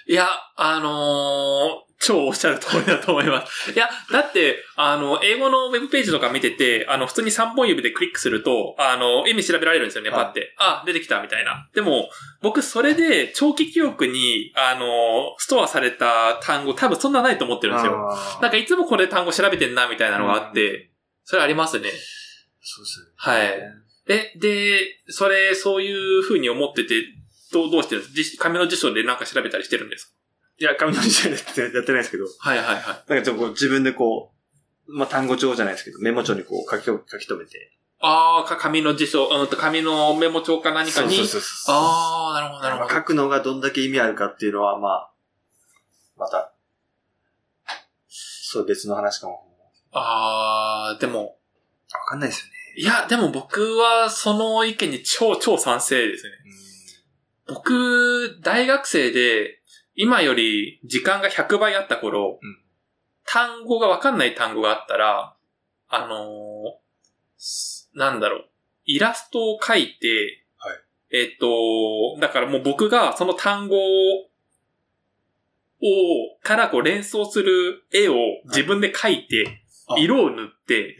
Speaker 1: いや、あのー超おっしゃる通りだと思います。いや、だって、あの、英語のウェブページとか見てて、あの、普通に3本指でクリックすると、あの、意味調べられるんですよね、
Speaker 2: はい
Speaker 1: パって。あ、出てきた、みたいな。でも、僕、それで、長期記憶に、あの、ストアされた単語、多分そんなないと思ってるんですよ。
Speaker 2: あー
Speaker 1: なんか、いつもこれ単語調べてんな、みたいなのがあって、それありますね。
Speaker 2: そうですね。
Speaker 1: はい。え、で、それ、そういう風に思ってて、どう、どうしてるんです辞紙の辞書でなんか調べたりしてるんです
Speaker 2: いや、紙の時代ってやってないですけど、
Speaker 1: かはいはいはい。
Speaker 2: なんかちょっとこう自分でこう、まあ、単語帳じゃないですけど、メモ帳にこう書き書き留めて。
Speaker 1: ああ、か、紙の辞書、うんと、紙のメモ帳か何かに。
Speaker 2: そうそうそうそう
Speaker 1: ああ、なるほど、なるほ
Speaker 2: まあ
Speaker 1: ど。
Speaker 2: 書くのがどんだけ意味あるかっていうのは、まあ、また、そう別の話かも。
Speaker 1: ああ、でも、
Speaker 2: わかんないですよね。
Speaker 1: いや、でも僕はその意見に超、超賛成ですね。僕、大学生で、今より時間が100倍あった頃、
Speaker 2: うん
Speaker 1: 単語がわかんない単語があったら、あのーすなんだろう、イラストを描いて、
Speaker 2: はい
Speaker 1: えっと、だからもう僕がその単語を、からこう連想する絵を自分で描いて、
Speaker 2: あ
Speaker 1: 色を塗って、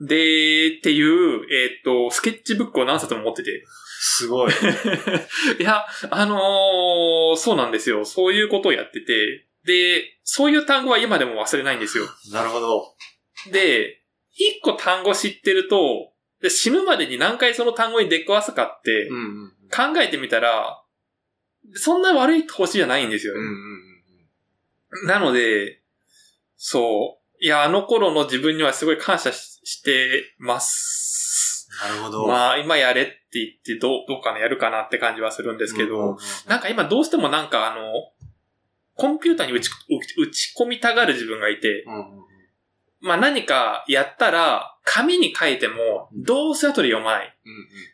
Speaker 1: で、っていう、えっと、スケッチブックを何冊も持ってて、
Speaker 2: すごい。
Speaker 1: いや、あのーそうなんですよ。そういうことをやってて、で、そういう単語は今でも忘れないんですよ。
Speaker 2: なるほど。
Speaker 1: で、一個単語知ってると、で死ぬまでに何回その単語に出くわすかって、
Speaker 2: んうん。
Speaker 1: 考えてみたら、そんな悪い投資じゃないんですよ
Speaker 2: うん
Speaker 1: ね、
Speaker 2: うん
Speaker 1: なので、そう。いや、あの頃の自分にはすごい感謝ししてます。
Speaker 2: なるほど。
Speaker 1: まあ、今やれって言って、どう、どうかな、やるかなって感じはするんですけど、なんか今どうしてもなんかあの、コンピューターに打ち打ち込みたがる自分がいて、
Speaker 2: うんうんうん、
Speaker 1: まあ何かやったら、紙に書いても、どうせ後で読まない。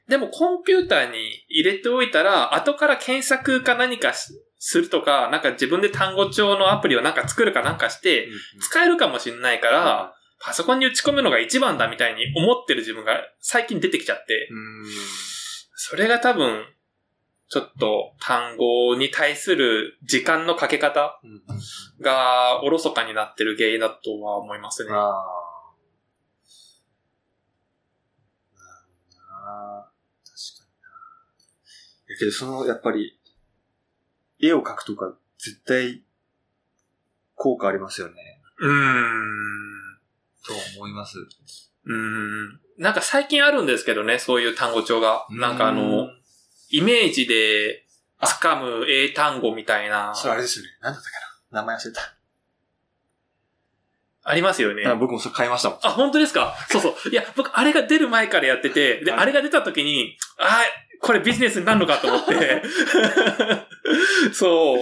Speaker 1: でもコンピューターに入れておいたら、後から検索か何かしするとか、なんか自分で単語帳のアプリをなんか作るかなんかして、使えるかもしれないから、パソコンに打ち込むのが一番だみたいに思ってる自分が最近出てきちゃって、
Speaker 2: うん、
Speaker 1: それが多分、ちょっと単語に対する時間のかけ方
Speaker 2: うん。
Speaker 1: がおろそかになってる原因だとは思いますね。
Speaker 2: ああ。確かにな。やけど、その、やっぱり、絵を描くとか、絶対、効果ありますよね。
Speaker 1: うーん。
Speaker 2: と思います。
Speaker 1: うーん。なんか最近あるんですけどね、そういう単語帳が。なんかあの、、イメージで掴む英単語みたいな。
Speaker 2: それあれですよね。なんだったかな。名前忘れた。
Speaker 1: ありますよね。
Speaker 2: あ僕もそれ買いましたもん。
Speaker 1: あ、本当ですかそうそう。いや、僕、あれが出る前からやってて、で、
Speaker 2: はい
Speaker 1: あれが出た時に、あーこれビジネスになるのかと思 って。そう。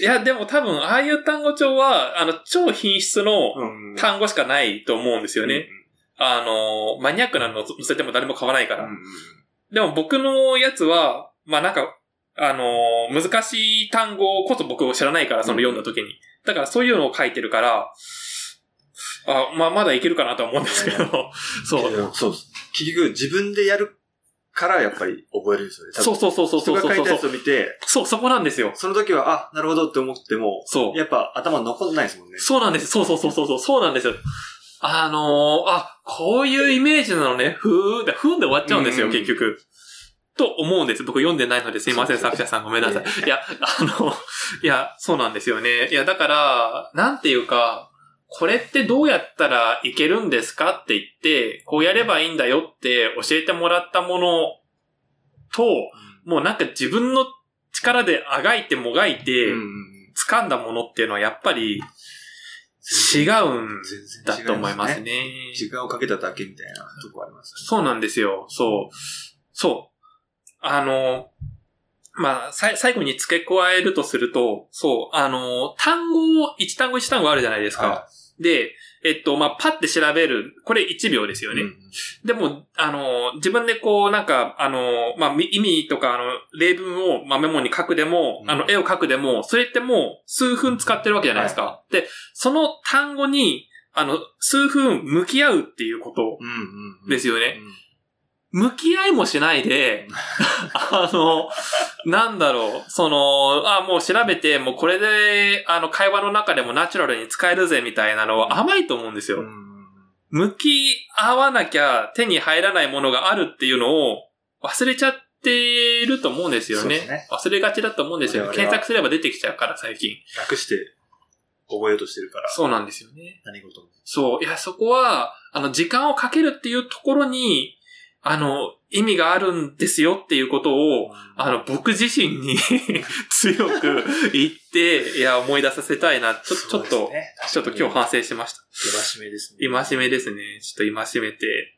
Speaker 1: いや、でも多分、ああいう単語帳は、あの、超品質の、
Speaker 2: うん
Speaker 1: 単語しかないと思うんですよね。。あの、マニアックなのを載せても誰も買わないか
Speaker 2: う
Speaker 1: ら。
Speaker 2: ん。
Speaker 1: でも僕のやつは、まあなんか、あの、難しい単語こそ僕を知らないから、その読んだ時に。だからそういうのを書いてるから、あまあまだいけるかなとは思うんですけど、そ。
Speaker 2: そうう。そうです。結局、自分でやるから、やっぱり覚えるんですよね。多分
Speaker 1: そうそうそうそうそう
Speaker 2: 人
Speaker 1: そ
Speaker 2: が書
Speaker 1: う
Speaker 2: いた
Speaker 1: そう
Speaker 2: やつ。を見て、
Speaker 1: そう、そこなんですよ。
Speaker 2: その時は、あ、なるほどって思っても、
Speaker 1: そう。
Speaker 2: やっぱ頭残んないですもんね。
Speaker 1: そうなんです。そうそうそうそうそう。そうなんですよ。あのーあ、こういうイメージなのね。ふーんで、ふーんで終わっちゃうんですよ、
Speaker 2: うん
Speaker 1: 結局。と思うんです。僕読んでないのですいません、
Speaker 2: そう
Speaker 1: 作者さんごめんなさい
Speaker 2: い。
Speaker 1: いや、あの、いや、そうなんですよね。いや、だから、なんていうか、これってどうやったらいけるんですかって言って、こうやればいいんだよって教えてもらったものと、もうなんか自分の力であがいてもがいて、
Speaker 2: うんうん
Speaker 1: 掴んだものっていうのはやっぱり違うん
Speaker 2: 全然全
Speaker 1: だ
Speaker 2: 然違い
Speaker 1: と思います
Speaker 2: ね。
Speaker 1: ね。
Speaker 2: 時間をかけただけみたいなとこあります
Speaker 1: そうなんですよ。そう。そう。あの、まあ、さい最後に付け加えるとすると、そう、あの、単語、一単語一単語あるじゃないですか。
Speaker 2: は
Speaker 1: で、えっと、まあ、パッて調べる。これ1秒ですよね。
Speaker 2: うん
Speaker 1: でも、あの、自分でこう、なんか、あの、まあ、み意味とか、あの、例文を、まあ、メモに書くでも、
Speaker 2: うん
Speaker 1: あの、絵を書くでも、それってもう、数分使ってるわけじゃないですか。で、その単語に、あの、数分向き合うっていうこと
Speaker 2: うんうんうん。
Speaker 1: ですよね。
Speaker 2: うん
Speaker 1: 向き合いもしない で、あの、なんだろう、その、あ、もう調べて、もうこれで、あの、会話の中でもナチュラルに使えるぜ、みたいなのは甘いと思うんですよ。
Speaker 2: うんうんうん
Speaker 1: 向き合わなきゃ手に入らないものがあるっていうのを忘れちゃってると思うんですよね。
Speaker 2: そうですね
Speaker 1: 忘れがちだと思うんですよね。
Speaker 2: 我々は
Speaker 1: 検索すれば出てきちゃうから、最近。
Speaker 2: 楽して覚えようとしてるから、
Speaker 1: そうなんですよね。
Speaker 2: 何事も。
Speaker 1: そう。いや、そこは、あの、時間をかけるっていうところに、あの、意味があるんですよっていうことを、あの、僕自身に 強く言って、いや、思い出させたいな。ちょちょっと、ちょっと今日反省しました。
Speaker 2: 省。戒めですね。
Speaker 1: 戒めですね。ちょっと戒めて、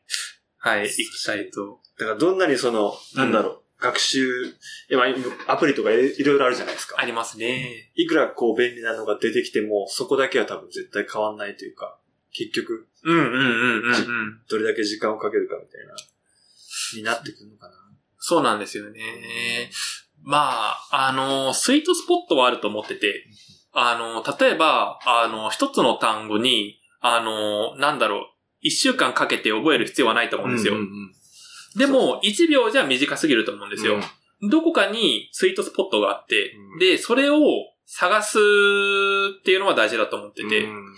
Speaker 1: はい、行きたいと
Speaker 2: だからどんなにその、なんだろう、学習、今、アプリとかいいろいろあるじゃないですか
Speaker 1: あ。りますね。
Speaker 2: いくらこう便利なのが出てきても、そこだけは多分絶対変わんないというか、結局、
Speaker 1: うんうんうんうんうん。
Speaker 2: どれだけ時間をかけるかみたいな、になってくるのかな。
Speaker 1: そうなんですよね。まあ、あの、スイートスポットはあると思ってて、あの、例えば、あの、一つの単語に、あの、なんだろう、一週間かけて覚える必要はないと思うんですよ。
Speaker 2: うんうん
Speaker 1: でも、一秒じゃ短すぎると思うんですよ。
Speaker 2: うん
Speaker 1: どこかにスイートスポットがあって、
Speaker 2: うん
Speaker 1: で、それを探すっていうのは大事だと思ってて、
Speaker 2: うん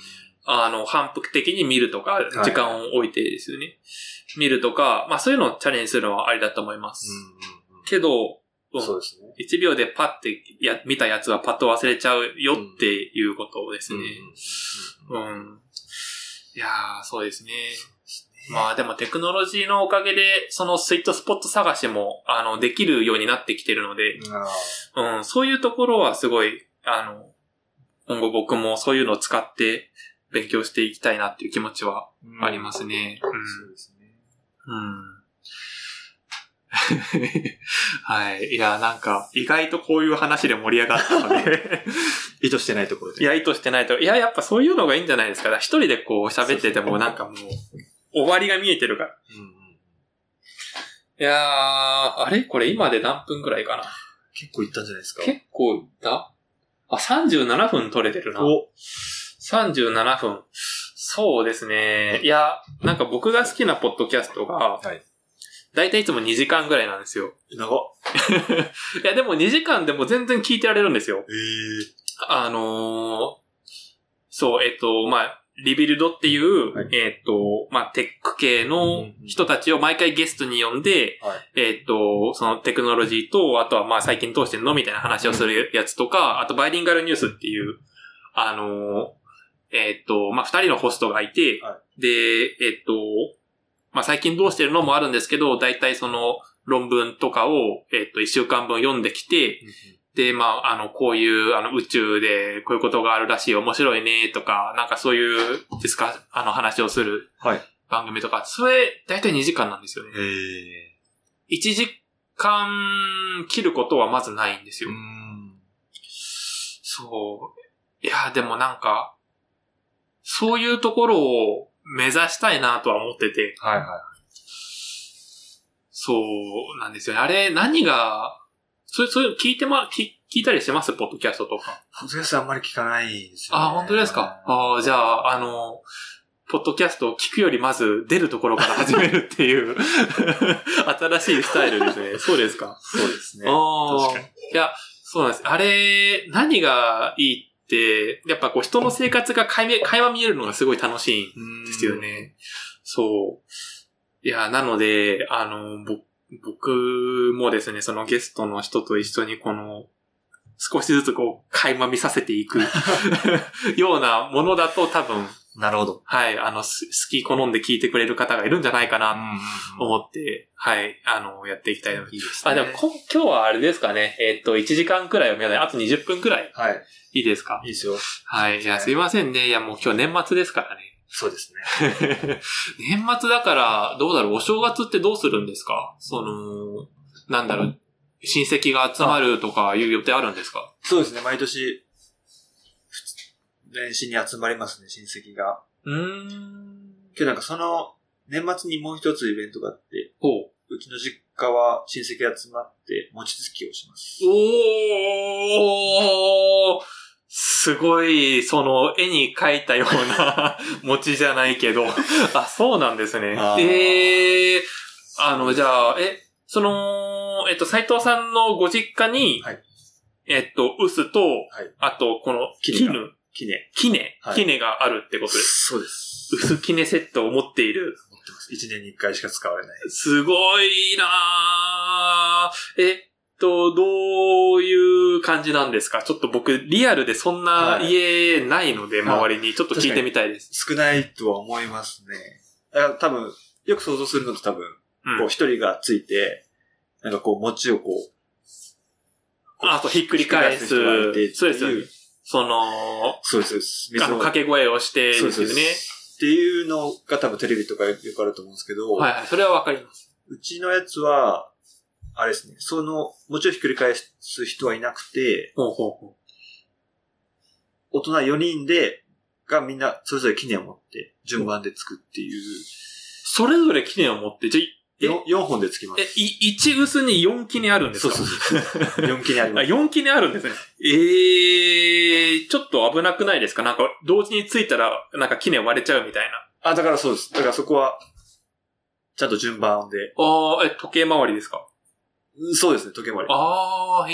Speaker 1: あの、反復的に見るとか
Speaker 2: い、
Speaker 1: 時間を置いてですよね。見るとか、まあそういうのをチャレンジするのはありだと思います。
Speaker 2: うん
Speaker 1: けど、
Speaker 2: うんそうですね。
Speaker 1: 1秒でパッてや見たやつはパッと忘れちゃうよっていうことですね。
Speaker 2: うん
Speaker 1: うん。いやー、そうですね。まあでもテクノロジーのおかげで、そのスイートスポット探しも、あの、できるようになってきてるので、
Speaker 2: ああ
Speaker 1: うん、そういうところはすごい、あの、今後僕もそういうのを使って勉強していきたいなっていう気持ちは
Speaker 2: うん
Speaker 1: ありますね。
Speaker 2: そうですね。
Speaker 1: うん。 はい。いや、なんか、意外とこういう話で盛り上がったの で。
Speaker 2: 意図してないところで。
Speaker 1: いや、意図してないと。いや、やっぱそういうのがいいんじゃないですか。一人でこう喋っててもなんかもう、終わりが見えてるから。
Speaker 2: うんうん
Speaker 1: いやー、あれこれ今で何分くらいかな
Speaker 2: 結構いったんじゃないですか。
Speaker 1: 結構だあ、37分取れてるな。
Speaker 2: お
Speaker 1: 37分。そうですね。いや、なんか僕が好きなポッドキャストが、
Speaker 2: はい。
Speaker 1: だいたいいつも2時間ぐらいなんですよ。
Speaker 2: 長っ。
Speaker 1: いや、でも2時間でも全然聞いてられるんですよ。
Speaker 2: え
Speaker 1: あのーそう、えっと、まあ、リビルドっていう、
Speaker 2: はい
Speaker 1: えっと、まあ、テック系の人たちを毎回ゲストに呼んで、
Speaker 2: は
Speaker 1: えっと、そのテクノロジーと、あとはまあ、最近どうしてんのみたいな話をするやつとか、あとバイリンガルニュースっていう、あのーえっと、まあ、二人のホストがいて、
Speaker 2: は
Speaker 1: で、えっと、まあ、最近どうしてるのもあるんですけど、だいたいその論文とかを、えっと、一週間分読んできて、で、まあ、あの、こういう、あの、宇宙で、こういうことがあるらしい、面白いね、とか、なんかそういう、ですか、あの、話をする
Speaker 2: はい。
Speaker 1: 番組とか、それ、だいたい2時間なんですよね。
Speaker 2: え
Speaker 1: 1時間切ることはまずないんです
Speaker 2: え
Speaker 1: よ。
Speaker 2: ん。
Speaker 1: そう。いや、でもなんか、そういうところを目指したいなとは思ってて、
Speaker 2: はいは
Speaker 1: そうなんですよね。あれ、何が、そうそういう、聞いてま、聞聞いたりしてますポッドキャストとか。
Speaker 2: い。ポッドキャストあんまり聞かないですよね
Speaker 1: あ、本当ですか。あーじゃあ、あの、ポッドキャストを聞くよりまず出るところから始めるって いう、新しいスタイルですね。そうですか。
Speaker 2: そうですね。
Speaker 1: あ
Speaker 2: 確か
Speaker 1: あ。いや、そうなんです。あれ、何がいいって、やっぱこう人の生活が垣間垣間見えるのがすごい楽しいん
Speaker 2: に。
Speaker 1: ですよね。そう。いや、なので、あの、ぼ僕もですね、そのゲストの人と一緒にこの、少しずつこう、垣間見させてい くようなものだと多分、
Speaker 2: なるほど。
Speaker 1: はい、あの、す好き好んで聞いてくれる方がいるんじゃないかなと思って、はい、あの、やっていきたいと思います
Speaker 2: いいですね。
Speaker 1: あ、でもこ、今日はあれですかね。えっと、1時間くらいを目安に、あと20分くらい
Speaker 2: はい。
Speaker 1: いいですか
Speaker 2: いいですよ。
Speaker 1: はい。いや、すいませんね。いや、もう今日年末ですからね。
Speaker 2: そうですね。
Speaker 1: 年末だから、どうだろう、お正月ってどうするんですかその、なんだろう、親戚が集まるとかいう予定あるんですか
Speaker 2: そうですね、毎年、年始に集まりますね、親戚が。
Speaker 1: うーん。
Speaker 2: 今日なんかその、年末にもう一つイベントがあって、
Speaker 1: ほう。
Speaker 2: うちの実家は親戚集まって餅つきをします。
Speaker 1: おーすごい、その、絵に描いたような 餅じゃないけど。あ、そうなんですね
Speaker 2: あ。ー
Speaker 1: ええー、あの、じゃあ、え、その、えっと、斎藤さんのご実家に、
Speaker 2: はい
Speaker 1: えっと、臼と、
Speaker 2: はい
Speaker 1: あと、この、
Speaker 2: 絹
Speaker 1: 絹
Speaker 2: が、記念。
Speaker 1: 絹、
Speaker 2: はい
Speaker 1: 絹があるってことです。
Speaker 2: そうです。
Speaker 1: 臼絹セットを持っている。
Speaker 2: 持ってます。一年に一回しか使われない。
Speaker 1: すごいなぁ。えっと、どういう感じなんですかちょっと僕、リアルでそんな
Speaker 2: はい
Speaker 1: 家ないので、
Speaker 2: あ
Speaker 1: 周りに。ちょっと聞いてみたいです。
Speaker 2: 少ないとは思いますね。だから多分、よく想像するのと多分、
Speaker 1: うん
Speaker 2: こう一人がついて、なんかこう餅をこう、
Speaker 1: あと、ひっくり返す。
Speaker 2: ひっくり返人がいて
Speaker 1: そうですよね
Speaker 2: ってい。
Speaker 1: その、
Speaker 2: そうです、そうです。
Speaker 1: あの、掛け声をして
Speaker 2: そう
Speaker 1: で
Speaker 2: ですす
Speaker 1: よね。
Speaker 2: っていうのが多分テレビとかよくあると思うんですけど、
Speaker 1: はいはい。それはわかります。
Speaker 2: うちのやつは、あれですね、その、餅をひっくり返す人はいなくて、
Speaker 1: ほうほうほ
Speaker 2: 大人4人で、がみんなそれぞれ記念を持って、順番でつくっていう、
Speaker 1: それぞれ記念を持って、じゃあ、え
Speaker 2: よ4本でつきます。
Speaker 1: え、い、一薄に4記念あるんです
Speaker 2: そう
Speaker 1: か
Speaker 2: そうそう。4記念あり
Speaker 1: あ、
Speaker 2: ます。
Speaker 1: 4記念あるんですね。ええー、ちょっと危なくないですかなんか、同時についたら、なんか記念割れちゃうみたいな。
Speaker 2: あ、だからそうです。だからそこは、ちゃんと順番で。
Speaker 1: ああ、え、時計回りですか
Speaker 2: うんそうですね、時計回り。
Speaker 1: ああ、へ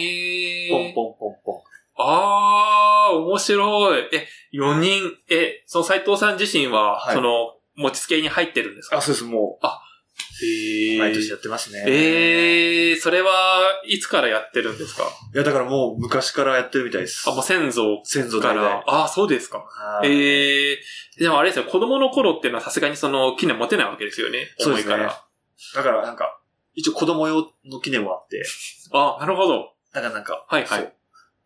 Speaker 1: え。
Speaker 2: ポンポンポンポン。
Speaker 1: ああ、面白い。え、4人、え、その斎藤さん自身は、
Speaker 2: はい
Speaker 1: その、餅つけに入ってるんですか
Speaker 2: あ、そうです、も
Speaker 1: へ
Speaker 2: う、
Speaker 1: え。
Speaker 2: 毎年やってますね。
Speaker 1: ええー、それはいつからやってるんですか
Speaker 2: いや、だからもう昔からやってるみたいです。
Speaker 1: あ、もう先祖
Speaker 2: 先祖
Speaker 1: か
Speaker 2: 代
Speaker 1: ら
Speaker 2: 々。。
Speaker 1: ああ、そうですか。
Speaker 2: え。
Speaker 1: ええー、でもあれですよ、子供の頃っていうのはさすがにその、記念持てないわけですよね。
Speaker 2: そう
Speaker 1: 重
Speaker 2: で
Speaker 1: い
Speaker 2: すね
Speaker 1: から。
Speaker 2: だからなんか、一応子供用の記念もあって、
Speaker 1: あなるほど。
Speaker 2: だからなんか、
Speaker 1: はいはい
Speaker 2: そう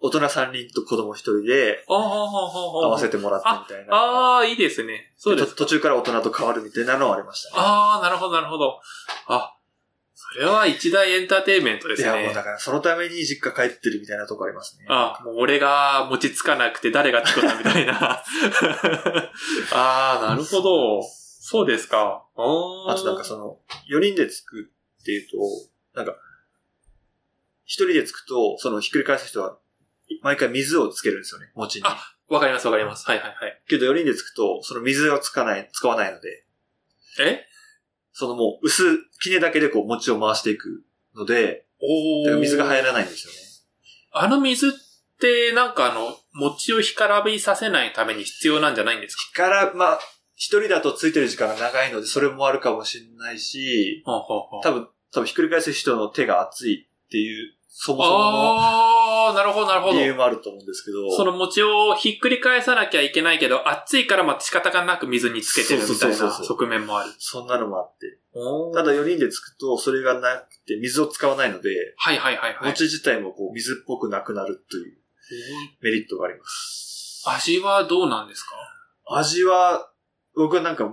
Speaker 2: 大人3人と子供1人で
Speaker 1: ああ、
Speaker 2: 合
Speaker 1: 合
Speaker 2: わせてもらってみたいな。
Speaker 1: ああ、いいですね。そうです
Speaker 2: と途中から大人と変わるみたいなのはありましたね。
Speaker 1: ああ、なるほど、なるほど。あ、それは一大エンターテインメントです
Speaker 2: いや、もう
Speaker 1: ね
Speaker 2: だ。からそのために実家帰ってるみたいなとこありますね。
Speaker 1: あもう俺が持ちつかなくて誰が作ったみたい な。ああ、なるほど。そうですか。あ
Speaker 2: あとなんかその、4人で作るっていうと、なんか、1人で作ると、そのひっくり返す人は、毎回水をつけるんですよね、餅に。
Speaker 1: あわかります、わかります。はいはいはい。
Speaker 2: けど4人で作ると、その水をつかない、使わないので、
Speaker 1: え
Speaker 2: そのもう薄、絹だけでこう餅を回していくので、だか
Speaker 1: お
Speaker 2: ら水が入
Speaker 1: る。
Speaker 2: らないんですよね。
Speaker 1: あの水って、なんかあの、餅を干からびさせないために必要なんじゃないんですか
Speaker 2: から、まあ、一人だとついてる時間が長いので、それもあるかもしれないし、
Speaker 1: ははは
Speaker 2: 多分、多分ひっくり返す人の手が熱いっていう、そもそも
Speaker 1: ああ、なるほど、なるほ
Speaker 2: の
Speaker 1: ど。
Speaker 2: 理由もあると思うんですけど、
Speaker 1: その餅をひっくり返さなきゃいけないけど、熱いからまあ仕方がなく水につけてるみたい
Speaker 2: そうそう
Speaker 1: な
Speaker 2: そうそう
Speaker 1: 側面もある。
Speaker 2: そんなのもあって。た
Speaker 1: は
Speaker 2: だ4人でつくと、それがなくて、水を使わないので、
Speaker 1: いはいはいはい。
Speaker 2: 餅自体もこう、水っぽくなくなるというメリットがあります。
Speaker 1: 味はどうなんですか
Speaker 2: 味は、僕はなんか、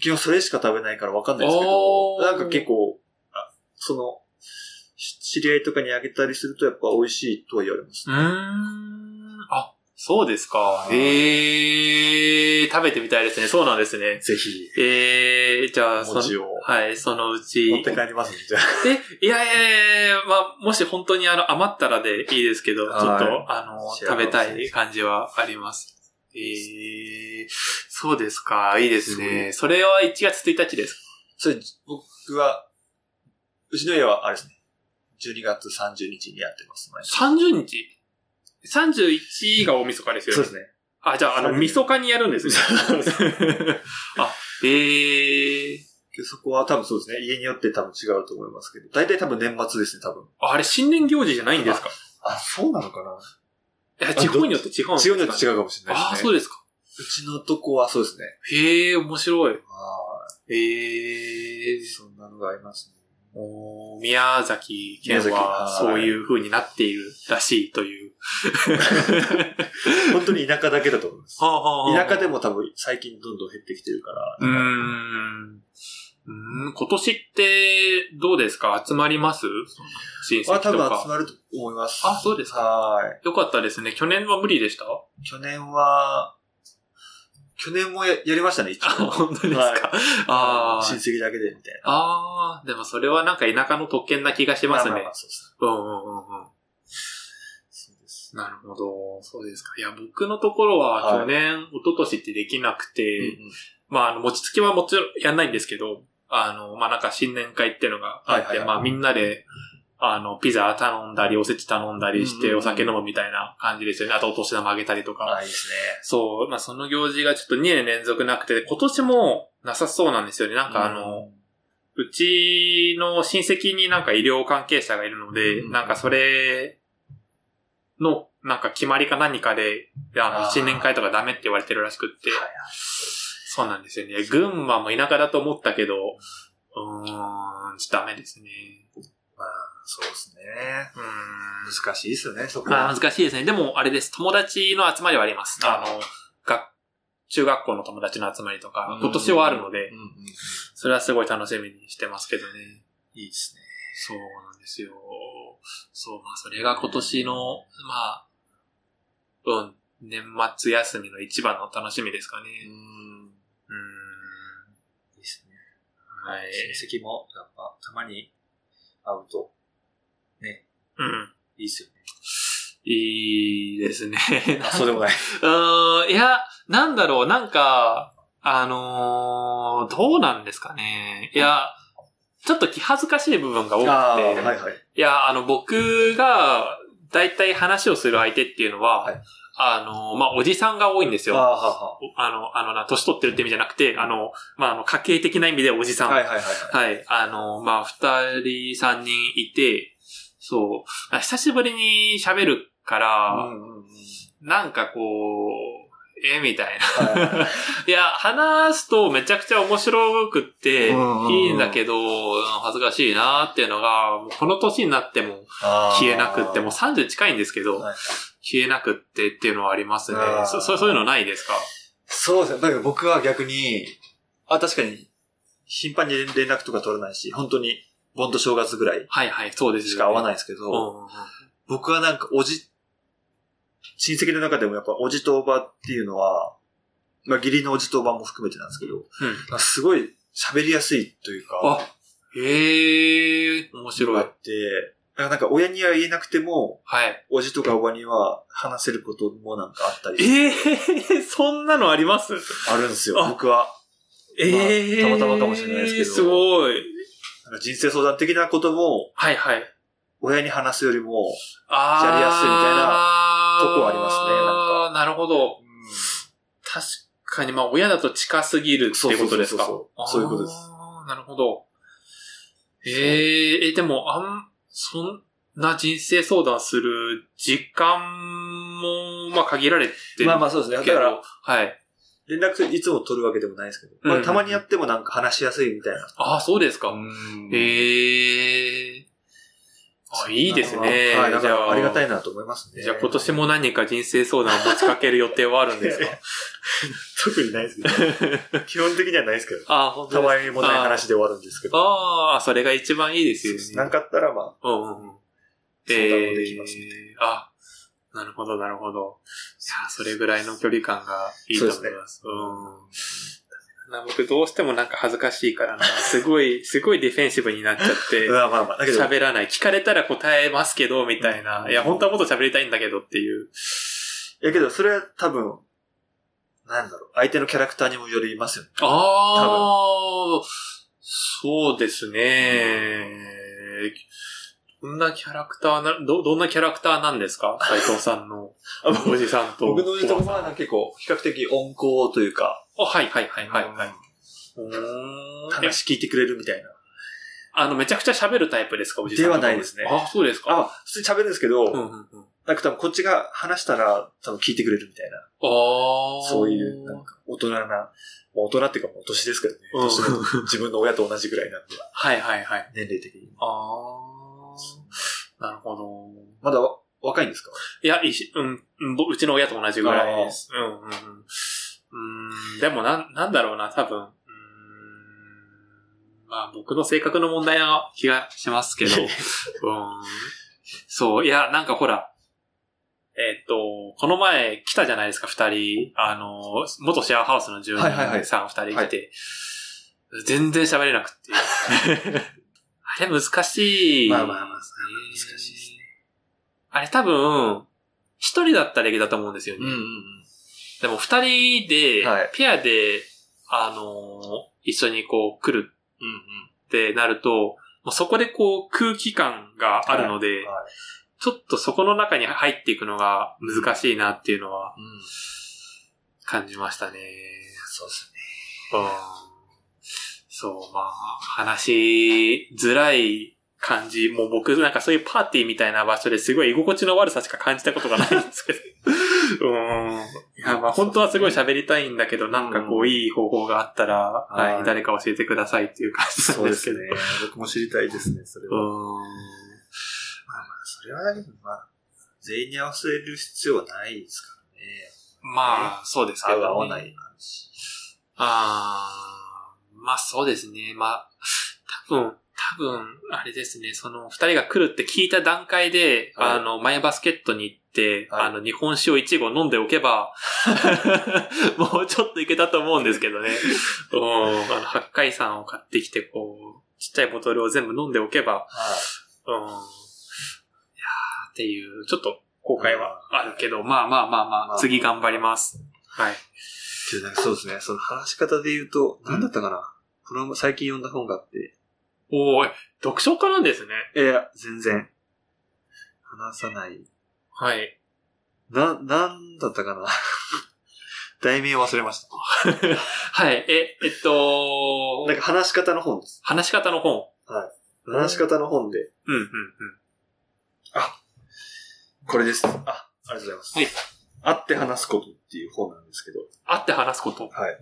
Speaker 2: 基本それしか食べないからわかんないですけど
Speaker 1: お、ー
Speaker 2: なんか結構、あその、し知り合いとかにあげたりするとやっぱ美味しいとは言われます
Speaker 1: う
Speaker 2: ね。
Speaker 1: ーん。あ、そうですか。
Speaker 2: はい
Speaker 1: えー、食べてみたいですね。そうなんですね。
Speaker 2: ぜひ、
Speaker 1: えー、じゃあ、その、
Speaker 2: 餅を
Speaker 1: はい、そのうち。
Speaker 2: 持って帰りますんで、じゃあ。
Speaker 1: で、いやいやいやいやまあ、もし本当にあの、余ったらでいいですけど、ちょっ
Speaker 2: はい
Speaker 1: と、あの、
Speaker 2: 幸せ
Speaker 1: 食べたい感じはあります。えー、そうですか、いいですね。それは1月1日です
Speaker 2: それ、僕は、うちの家はあれですね、12月30日にやってます、毎年
Speaker 1: か。30日 ?31 が大晦日ですよ
Speaker 2: そう
Speaker 1: ね。
Speaker 2: ですね。
Speaker 1: あ、じゃあ、あの、
Speaker 2: 30
Speaker 1: 晦日にやるんですね。 あ、えー、
Speaker 2: け どそこは多分そうですね、家によって多分違うと思いますけど、大体多分年末ですね、多分。
Speaker 1: ああれ、新年行事じゃないんですか
Speaker 2: あ、そうなのかない
Speaker 1: や、地方によって違うんです
Speaker 2: 違
Speaker 1: か
Speaker 2: う
Speaker 1: ね、
Speaker 2: のと違うかもしれない
Speaker 1: ああ、
Speaker 2: です
Speaker 1: そ
Speaker 2: ね。
Speaker 1: うですか。
Speaker 2: うちのとこはそうですね。
Speaker 1: へえ、面白い。
Speaker 2: は
Speaker 1: ええ
Speaker 2: い。そんなのがありますね。
Speaker 1: おー宮崎県
Speaker 2: 宮崎
Speaker 1: は
Speaker 2: はい
Speaker 1: そういう風になっているらしいという。
Speaker 2: 本当に田舎だけだと思います。田
Speaker 1: 田
Speaker 2: 舎で。も多分最近どんどん減ってきてるから。
Speaker 1: うーん。うーん今年ってどうですか集まります親戚
Speaker 2: は多
Speaker 1: と
Speaker 2: 分集
Speaker 1: か。
Speaker 2: まると思います。
Speaker 1: あそうですか
Speaker 2: は
Speaker 1: よかったですね。去年は無理でした
Speaker 2: い。去年は、去年もややりましたね、一
Speaker 1: あ、本当ですか。
Speaker 2: はい
Speaker 1: あ
Speaker 2: 親
Speaker 1: ー
Speaker 2: 戚だけで、みたいな。
Speaker 1: あー、でもそれはなんか田舎の特権な気がしますね。
Speaker 2: あああそうです
Speaker 1: うんうんうんうん。
Speaker 2: そうです。
Speaker 1: なるほど。そうですか。いや、僕のところは
Speaker 2: はい
Speaker 1: 去年、一昨年ってできなくて、
Speaker 2: うんうん
Speaker 1: まあ、あの、餅つきはもちろんやんないんですけど、あの、まあなんか新年会っていうのがあって、
Speaker 2: はいはいはい
Speaker 1: まあみんなで、あの、ピザ頼んだり、おせち頼んだりし
Speaker 2: うんうん
Speaker 1: て、
Speaker 2: うん
Speaker 1: お酒飲むみたいな感じですよね。あとお年玉あげたりとか。
Speaker 2: ああ、いいですね。
Speaker 1: そう、まあその行事がちょっと2年連続なくて、今年もなさそうなんですよね。なんかあの、うちの親戚になんか医療関係者がいるので、
Speaker 2: うん
Speaker 1: なんかそれの、なんか決まりか何かで、あの、
Speaker 2: あー
Speaker 1: 新年会とかダメって言われてるらしくって
Speaker 2: はいはい、
Speaker 1: そうなんですよね。群馬も田舎だと思ったけど、うーん、ちょっとダメですね。
Speaker 2: まあ、そうですね。
Speaker 1: うーん。
Speaker 2: 難しいですよね、そこ
Speaker 1: ま
Speaker 2: は。
Speaker 1: あ難しいですね。でも、あれです。友達の集まりはあります。あの、が中学校の友達の集まりとか、今年はあるので
Speaker 2: うん、うんうん
Speaker 1: それはすごい楽しみにしてますけどね。
Speaker 2: いいですね。
Speaker 1: そうなんですよ。そう、まあ、それが今年の、まあ、うん、年末休みの一番の楽しみですかね。
Speaker 2: う。
Speaker 1: うんーん。
Speaker 2: いいですね。
Speaker 1: はい。
Speaker 2: 親戚も、やっぱ、たまに会うと、
Speaker 1: うん。
Speaker 2: いいですよね。
Speaker 1: いいです ね。
Speaker 2: あ、そうでもない。
Speaker 1: うーん、いや、なんだろう、なんか、あのーどうなんですかね。いや、ちょっと気恥ずかしい部分が多くて、
Speaker 2: ーはいはい。
Speaker 1: いや、あの、僕が、だいたい話をする相手っていうのは、
Speaker 2: はい
Speaker 1: あの、まあ、おじさんが多いんです
Speaker 2: あー
Speaker 1: よ。あ
Speaker 2: はーは
Speaker 1: の、あのな、年取ってるって意味じゃなくて、あの、まあ、あの、家系的な意味でおじさ
Speaker 2: ー
Speaker 1: ん。
Speaker 2: はいはいはい。
Speaker 1: はい。あの、まあ、二人、三人いて、そう。あ久しぶりに喋るから、
Speaker 2: うんうんうん
Speaker 1: なんかこう、えみたいな。
Speaker 2: はい
Speaker 1: や、話すとめちゃくちゃ面白くって、
Speaker 2: うんうんうん
Speaker 1: いいんだけど、うん恥ずかしいなーっていうのが、もうこの年になっても、
Speaker 2: い
Speaker 1: 消えなくって、もう30近いんですけど、
Speaker 2: はい
Speaker 1: 消えなくってっていうのはありますね
Speaker 2: あー。
Speaker 1: そそそういうのないですか
Speaker 2: そうですね。だけど僕は逆に、あ、確かに、頻繁に連絡とか取らないし、本当に、盆と正月ぐらい
Speaker 1: はいはい、そうです、
Speaker 2: しか会わない
Speaker 1: い。
Speaker 2: んですけ
Speaker 1: う
Speaker 2: ど、
Speaker 1: んうんうん、
Speaker 2: 僕はなんか、おじ、親戚の中でもやっぱ、おじとおばっていうのは、まあ、義理のおじとおばも含めてなんですけど、なんかすごい喋りやすいというか、
Speaker 1: あ、へえ、面白
Speaker 2: あ
Speaker 1: い
Speaker 2: っ。て、だからなんか親には言えなくても、
Speaker 1: はい。
Speaker 2: おじとかおばには話せることもなんかあったり、
Speaker 1: ええそんなのあります
Speaker 2: あるんですよ、
Speaker 1: あ
Speaker 2: 僕は。
Speaker 1: ええ
Speaker 2: たまたまかもしれないですけど
Speaker 1: すごい。
Speaker 2: なんか人生相談的なことも、
Speaker 1: はいはい。
Speaker 2: 親に話すよりも、
Speaker 1: あー
Speaker 2: やりやすいみたいなとこはありますねな
Speaker 1: あーなるほど。確かに、まあ、親だと近すぎるってことですか。
Speaker 2: そうそうそうそうそういうことです
Speaker 1: あー。なるほど。えー、え、でも、あん、そんな人生相談する時間も、まあ、限られてる
Speaker 2: まあまあそうですね。
Speaker 1: け
Speaker 2: だ
Speaker 1: ど、
Speaker 2: から、
Speaker 1: はい。
Speaker 2: 連絡いつも取るわけでもないですけど、ま
Speaker 1: う
Speaker 2: あ、
Speaker 1: ん
Speaker 2: たまにやってもなんか話しやすいみたいな。
Speaker 1: ああ、そうですか。え
Speaker 2: え
Speaker 1: ー。あ、いいですね。
Speaker 2: はい、だか
Speaker 1: じゃ
Speaker 2: ら
Speaker 1: あ
Speaker 2: ありがたいなと思いますね。
Speaker 1: じゃあ今年も何か人生相談を持ちかける予定はあるんですか
Speaker 2: 特にないで すけど。基本的にはないですけど。
Speaker 1: ああ、本
Speaker 2: た
Speaker 1: ですか
Speaker 2: まにもない話で終わるんですけど。
Speaker 1: ああ、それが一番いいですよね。
Speaker 2: なんかあったらまあ、
Speaker 1: うんうんうん。
Speaker 2: 相談もできますね
Speaker 1: えーあ、なるほど、なるほど。いや、それぐらいの距離感がいいと思います。うん。な僕どうしてもなんか恥ずかしいからな。すごい、すごいディフェンシブになっちゃっ
Speaker 2: う
Speaker 1: て。
Speaker 2: わまあま あ、だけど、
Speaker 1: 喋らない。聞かれたら答えますけど、みたいな。いや、本当はもっと喋りたいんだけどっていう。
Speaker 2: いやけど、それは多分、なんだろう、相手のキャラクターにもよりますよね。
Speaker 1: ああ、そうですね。どんなキャラクターな、ど、どんなキャラクターなんですか斉藤さんのおじさんと。
Speaker 2: 僕のとこ
Speaker 1: おば
Speaker 2: はなんか結構、比較的温厚というか、
Speaker 1: あ、はいはいはいはい。はい
Speaker 2: う
Speaker 1: い
Speaker 2: ん
Speaker 1: や
Speaker 2: 話聞いてくれるみたいな。
Speaker 1: あの、めちゃくちゃ喋るタイプですかおじさんのとこ。
Speaker 2: ではないですね
Speaker 1: あ、そうですか
Speaker 2: あ、普通に喋るんですけど、
Speaker 1: うんうんうん。
Speaker 2: なんか多分こっちが話したら多分聞いてくれるみたいな。
Speaker 1: ああ。
Speaker 2: そういう、なんか大人な、まあ大人っていうかもう年ですけどね。
Speaker 1: うん
Speaker 2: 年も自分の親と同じぐらいなんで、
Speaker 1: はいはいはい。
Speaker 2: 年齢的に。
Speaker 1: ああ。なるほど。
Speaker 2: まだわ若いんです か
Speaker 1: いや、いしうん、うんぼうちの親と同じぐらいです。うん、うん、うん。うーん、でもなん、なんだろうな、多分。うーんまあ、僕の性格の問題な気がしますけど。うーん。そう、いや、なんかほら、えっと、この前来たじゃないですか、二人。あの、元シェアハウスの住人
Speaker 2: はいはいはい
Speaker 1: さん二人来て、全然喋れなくて。 あれ難しい。
Speaker 2: まあまあまあ、難しい
Speaker 1: 難
Speaker 2: で
Speaker 1: しいですす
Speaker 2: ね。
Speaker 1: あれ多分、一人だったらいけたと思うんですよね。
Speaker 2: うんうん
Speaker 1: でも二人で
Speaker 2: はい、
Speaker 1: ペアで、あの一緒にこう来るってなると、もうそこでこう空気感があるので、
Speaker 2: うん。はい。
Speaker 1: ちょっとそこの中に入っていくのが難しいなっていうのは
Speaker 2: うん。
Speaker 1: 感じましたね。
Speaker 2: そうですね。
Speaker 1: うんそう、まあ、話しづらい感じ。もう僕なんかそういうパーティーみたいな場所ですごい居心地の悪さしか感じたことがないんですけど。うん。いや、まあ本当はすごい喋りたいんだけど、なんかこういい方法があったら、
Speaker 2: はい
Speaker 1: はい、誰か教えてくださいっていう感じなん
Speaker 2: そう
Speaker 1: で
Speaker 2: です
Speaker 1: け
Speaker 2: す
Speaker 1: ど。
Speaker 2: ね。僕も知りたいですね、それ
Speaker 1: う
Speaker 2: は。まあ
Speaker 1: ん。
Speaker 2: まあ、それはだけど、まあ、全員に合わせる必要はないですからね。
Speaker 1: まあ、そうですけ
Speaker 2: 合
Speaker 1: ど、
Speaker 2: う
Speaker 1: ね。
Speaker 2: 合わない話。
Speaker 1: あー、まあそうですね。まあ、多分、多分、あれですね。その、二人が来るって聞いた段階で、
Speaker 2: はい
Speaker 1: あの、マイバスケットに行って、
Speaker 2: はい
Speaker 1: あの、日本酒を一合飲んでおけば、 もうちょっといけたと思うんですけど ね。うん。あの、八海山を買ってきて、こう、ちっちゃいボトルを全部飲んでおけば、
Speaker 2: はい。
Speaker 1: うん。いやーっていう、ちょっと後悔はあるけど、まあまあまあまあ、次頑張ります。はい。
Speaker 2: ちょっとなんかそうですね。その話し方で言うと、何だったかな、この最近読んだ本があって。
Speaker 1: おーい、読書家なんですね。
Speaker 2: いや、全然。話さない。
Speaker 1: はい。
Speaker 2: な、なんだったかな 題名忘れました。
Speaker 1: はい。え、えっと
Speaker 2: なん、か話し方の本です。
Speaker 1: 話し方の本。
Speaker 2: 話し方の本で。
Speaker 1: うん、うん、うん。
Speaker 2: これです。あ、ありがとうございます。
Speaker 1: はい。
Speaker 2: 会って話すことっていう本なんですけど。
Speaker 1: 会って話すこと。
Speaker 2: はい。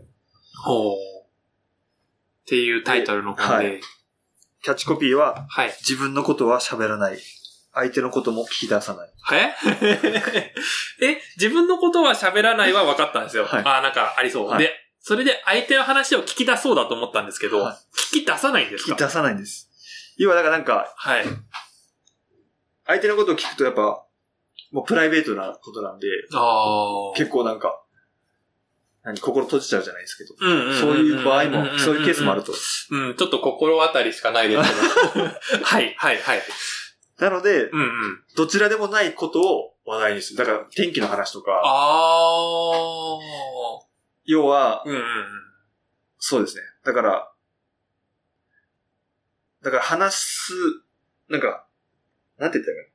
Speaker 1: ほう。っていうタイトルの本
Speaker 2: は
Speaker 1: で。
Speaker 2: キャッチコピーは、
Speaker 1: はい。
Speaker 2: 自分のことは喋らない。相手のことも聞き出さない。
Speaker 1: え え、自分のことは喋らないは分かったんですよ。
Speaker 2: はい
Speaker 1: あ、なんかありそう。
Speaker 2: はい
Speaker 1: で、それで相手の話を聞き出そうだと思ったんですけど、
Speaker 2: はい
Speaker 1: 聞き出さないんです
Speaker 2: 聞
Speaker 1: か
Speaker 2: き出さないんです。要はだからなんか、
Speaker 1: はい。
Speaker 2: 相手のことを聞くとやっぱ、もうプライベートなことなんで、
Speaker 1: あ
Speaker 2: 結構なんか、何、心閉じちゃうじゃないですけど。
Speaker 1: 構、うんんんん
Speaker 2: そういう場合も、そういうケースもある。と。
Speaker 1: うん、ちょっと心当たりしかないですけ ど。はい、はい、はい。
Speaker 2: なので、
Speaker 1: うん、うん。
Speaker 2: どちらでもないことを話題にする。だから、天気の話とか、
Speaker 1: ああ。
Speaker 2: 要は、
Speaker 1: うんうんうん。
Speaker 2: そうですね。だから、だから話す、なんか、なんて言ったらいいかな。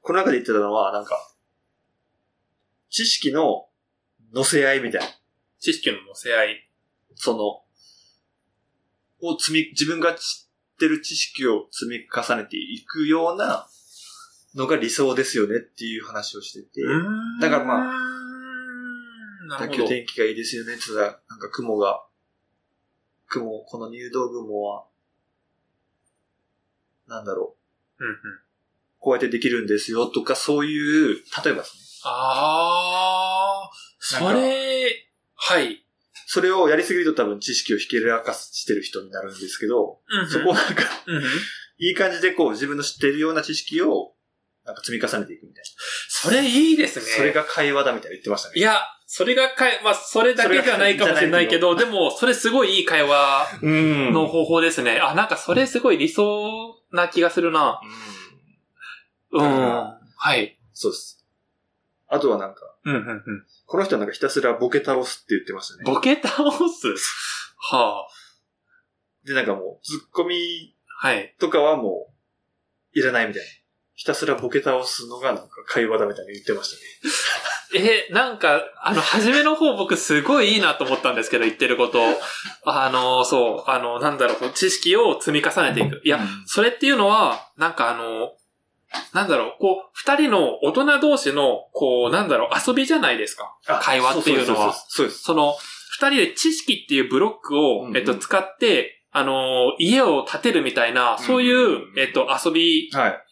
Speaker 2: この中で言ってたのは、なんか、知識の乗せ合いみたいな。
Speaker 1: 知識の乗せ合い。
Speaker 2: その、を積み、自分が知ってる知識を積み重ねていくようなのが理想ですよねっていう話をしてて、だからまあ
Speaker 1: あなる
Speaker 2: 今
Speaker 1: ほ
Speaker 2: 日
Speaker 1: ど。
Speaker 2: 天気がいいですよねって言ったら、なんか雲が、雲、この入道雲は、なんだろう、
Speaker 1: うんうん、
Speaker 2: こうやってできるんですよとか、そういう、例えばですね、
Speaker 1: ああ、それ、はい。
Speaker 2: それをやりすぎると多分知識をひけらかしてる人になるんですけど、
Speaker 1: うんうん
Speaker 2: そこをなんか、
Speaker 1: うんうん
Speaker 2: いい感じでこう自分の知ってるような知識を、なんか積み重ねていくみたいな。
Speaker 1: それいいですね。
Speaker 2: それが会話だみたいな言ってましたね。
Speaker 1: いや、それがかい、まあ、それだけじゃないかもしれないけど、でも、それすごいいい会話
Speaker 2: うん
Speaker 1: の方法ですね。あ、なんかそれすごい理想な気がするな。
Speaker 2: う
Speaker 1: う
Speaker 2: ん
Speaker 1: ん。
Speaker 2: うん
Speaker 1: はい。
Speaker 2: そうです。あとはなんか、
Speaker 1: うん、うん、うん。
Speaker 2: この人はなんかひたすらボケ倒すって言ってましたね。
Speaker 1: ボケ倒す。は
Speaker 2: で、なんかもう、ツッコミ
Speaker 1: あ。はい。
Speaker 2: とかはもう、いらないみたいな。ひたすらボケ倒すのがなんか会話だみたいな言ってましたね。
Speaker 1: え、なんか、あの、初めの方僕すごいいいなと思ったんですけど、言ってること。あの、そう、あの、なんだろうこう、知識を積み重ねていく。いや、それっていうのは、なんかあの、なんだろう、こう、二人の大人同士の、こう、なんだろう、遊びじゃないですか。
Speaker 2: あ
Speaker 1: 会話っていうのは
Speaker 2: そうです。
Speaker 1: その、二人で知識っていうブロックを、
Speaker 2: うんうん
Speaker 1: えっと、使って、あの、家を建てるみたいな、そういう、
Speaker 2: うん
Speaker 1: えっと、遊び
Speaker 2: そうです。はい。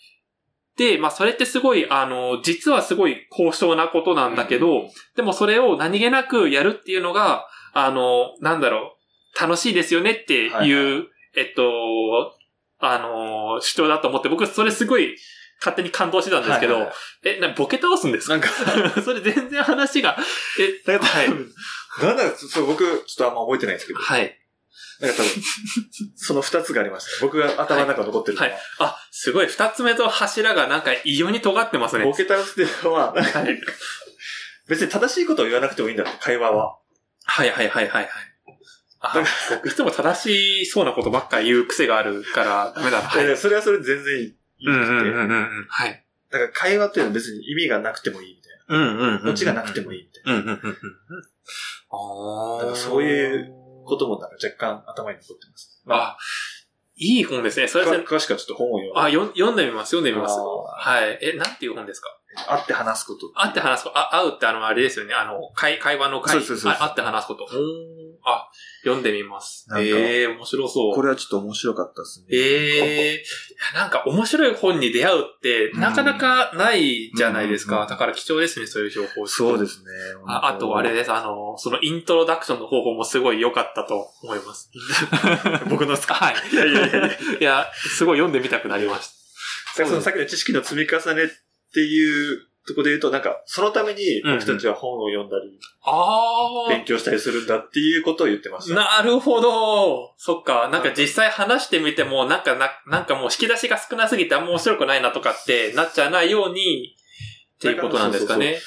Speaker 1: で、まあ、それってすごい、あの、実はすごい高尚なことなんだけど、
Speaker 2: うん
Speaker 1: でもそれを何気なくやるっていうのが、あの、なんだろう、楽しいですよねっていう、
Speaker 2: はい
Speaker 1: えっと、あの、主張だと思って、僕それすごい勝手に感動してたんですけど、
Speaker 2: はいはいは
Speaker 1: え、な、ボケ倒すんですか
Speaker 2: なんか、
Speaker 1: それ全然話が、え、
Speaker 2: だけど、
Speaker 1: はい
Speaker 2: 多分なんだ、そそう、僕、ちょっとあんま覚えてないんですけど、
Speaker 1: はい。
Speaker 2: なんか多分、その二つがありました。僕が頭の中に残ってるのは、
Speaker 1: はいあ、すごい、二つ目と柱がなんか異様に尖ってますね。
Speaker 2: ボケ倒すっていうのは、なんか
Speaker 1: はい
Speaker 2: 別に正しいことを言わなくてもいいんだって、会話は。
Speaker 1: はいはいはいはいはい。あ
Speaker 2: だか
Speaker 1: 僕いつも正しそうなことばっか言う癖があるから、ダメだな。はい
Speaker 2: い。やそれはそれで全然いい。だ
Speaker 1: んうん。はい。
Speaker 2: から会話っていうのは別に意味がなくてもいいみたい
Speaker 1: うんうん
Speaker 2: な。オチがなくても
Speaker 1: い。
Speaker 2: いいみたい
Speaker 1: うんうんうんうん。ああ。
Speaker 2: なんかそういうなこともなんか若干頭に残ってます。まあ、
Speaker 1: あ、いい本ですね。それ
Speaker 2: 詳
Speaker 1: は
Speaker 2: 詳しくはちょっと本を読んで。
Speaker 1: あ、よん読んでみます、読んでみます。
Speaker 2: あ
Speaker 1: はい。え、なんていう本ですか
Speaker 2: ー会って話すこと。
Speaker 1: 会って話すこと、あ、会うってあの、あれですよね。あの、会、会話の会。
Speaker 2: そうそうそうそう
Speaker 1: あ会って話すこと。ほーあ、読んでみます
Speaker 2: な。んか
Speaker 1: ええー、面白そう。
Speaker 2: これはちょっと面白かったですね。
Speaker 1: ええなんか面白い本に出会うって、なかなかないじゃないです
Speaker 2: うんうん
Speaker 1: か。
Speaker 2: うん
Speaker 1: だから貴重ですね、そういう情報。。
Speaker 2: そうですすね。
Speaker 1: ああと、あれです。あの、そのイントロダクションの方法もすごい良かったと思い ます。
Speaker 2: 僕のスカ
Speaker 1: はい。
Speaker 2: いやいやいやい
Speaker 1: いや、すごい読んでみたくなりまし
Speaker 2: そのさっきの知識の積み重ねっていうところで言うと、なんか、そのために僕たちは本を読んだり、
Speaker 1: た。あ
Speaker 2: 勉強したりするんだっていうことを言ってまし
Speaker 1: あ。な
Speaker 2: た。
Speaker 1: るほど。そっか。なんか実際話してみても、なんかな、なんかもう引き出しが少なすぎてあんま面白くないなとかってなっちゃわないように、っていうことなんですかね。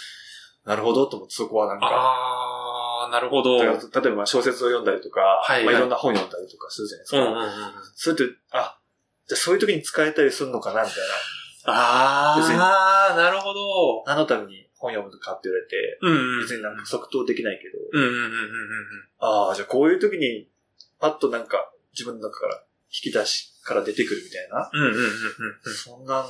Speaker 2: なるほどと思って、そこはなんか。
Speaker 1: ああ、なるほど。
Speaker 2: だから例えば小説を読んだりとか、
Speaker 1: い
Speaker 2: い
Speaker 1: はい
Speaker 2: まあ、いろんな本読んだりとかするじゃないですか。
Speaker 1: うんうんうん。
Speaker 2: それって、あ、じゃあそういう時に使えたりするのかなみたい
Speaker 1: ああ、なるほど。
Speaker 2: な。何のために本読むのかって言われて、
Speaker 1: うんうん。
Speaker 2: 別になんか即答できないけど、
Speaker 1: うんうんうんうんうん。
Speaker 2: ああ、じゃあこういう時に、パッとなんか自分の中から引き出しから出てくるみたいな。
Speaker 1: うんうんうんうんうん。
Speaker 2: そんなん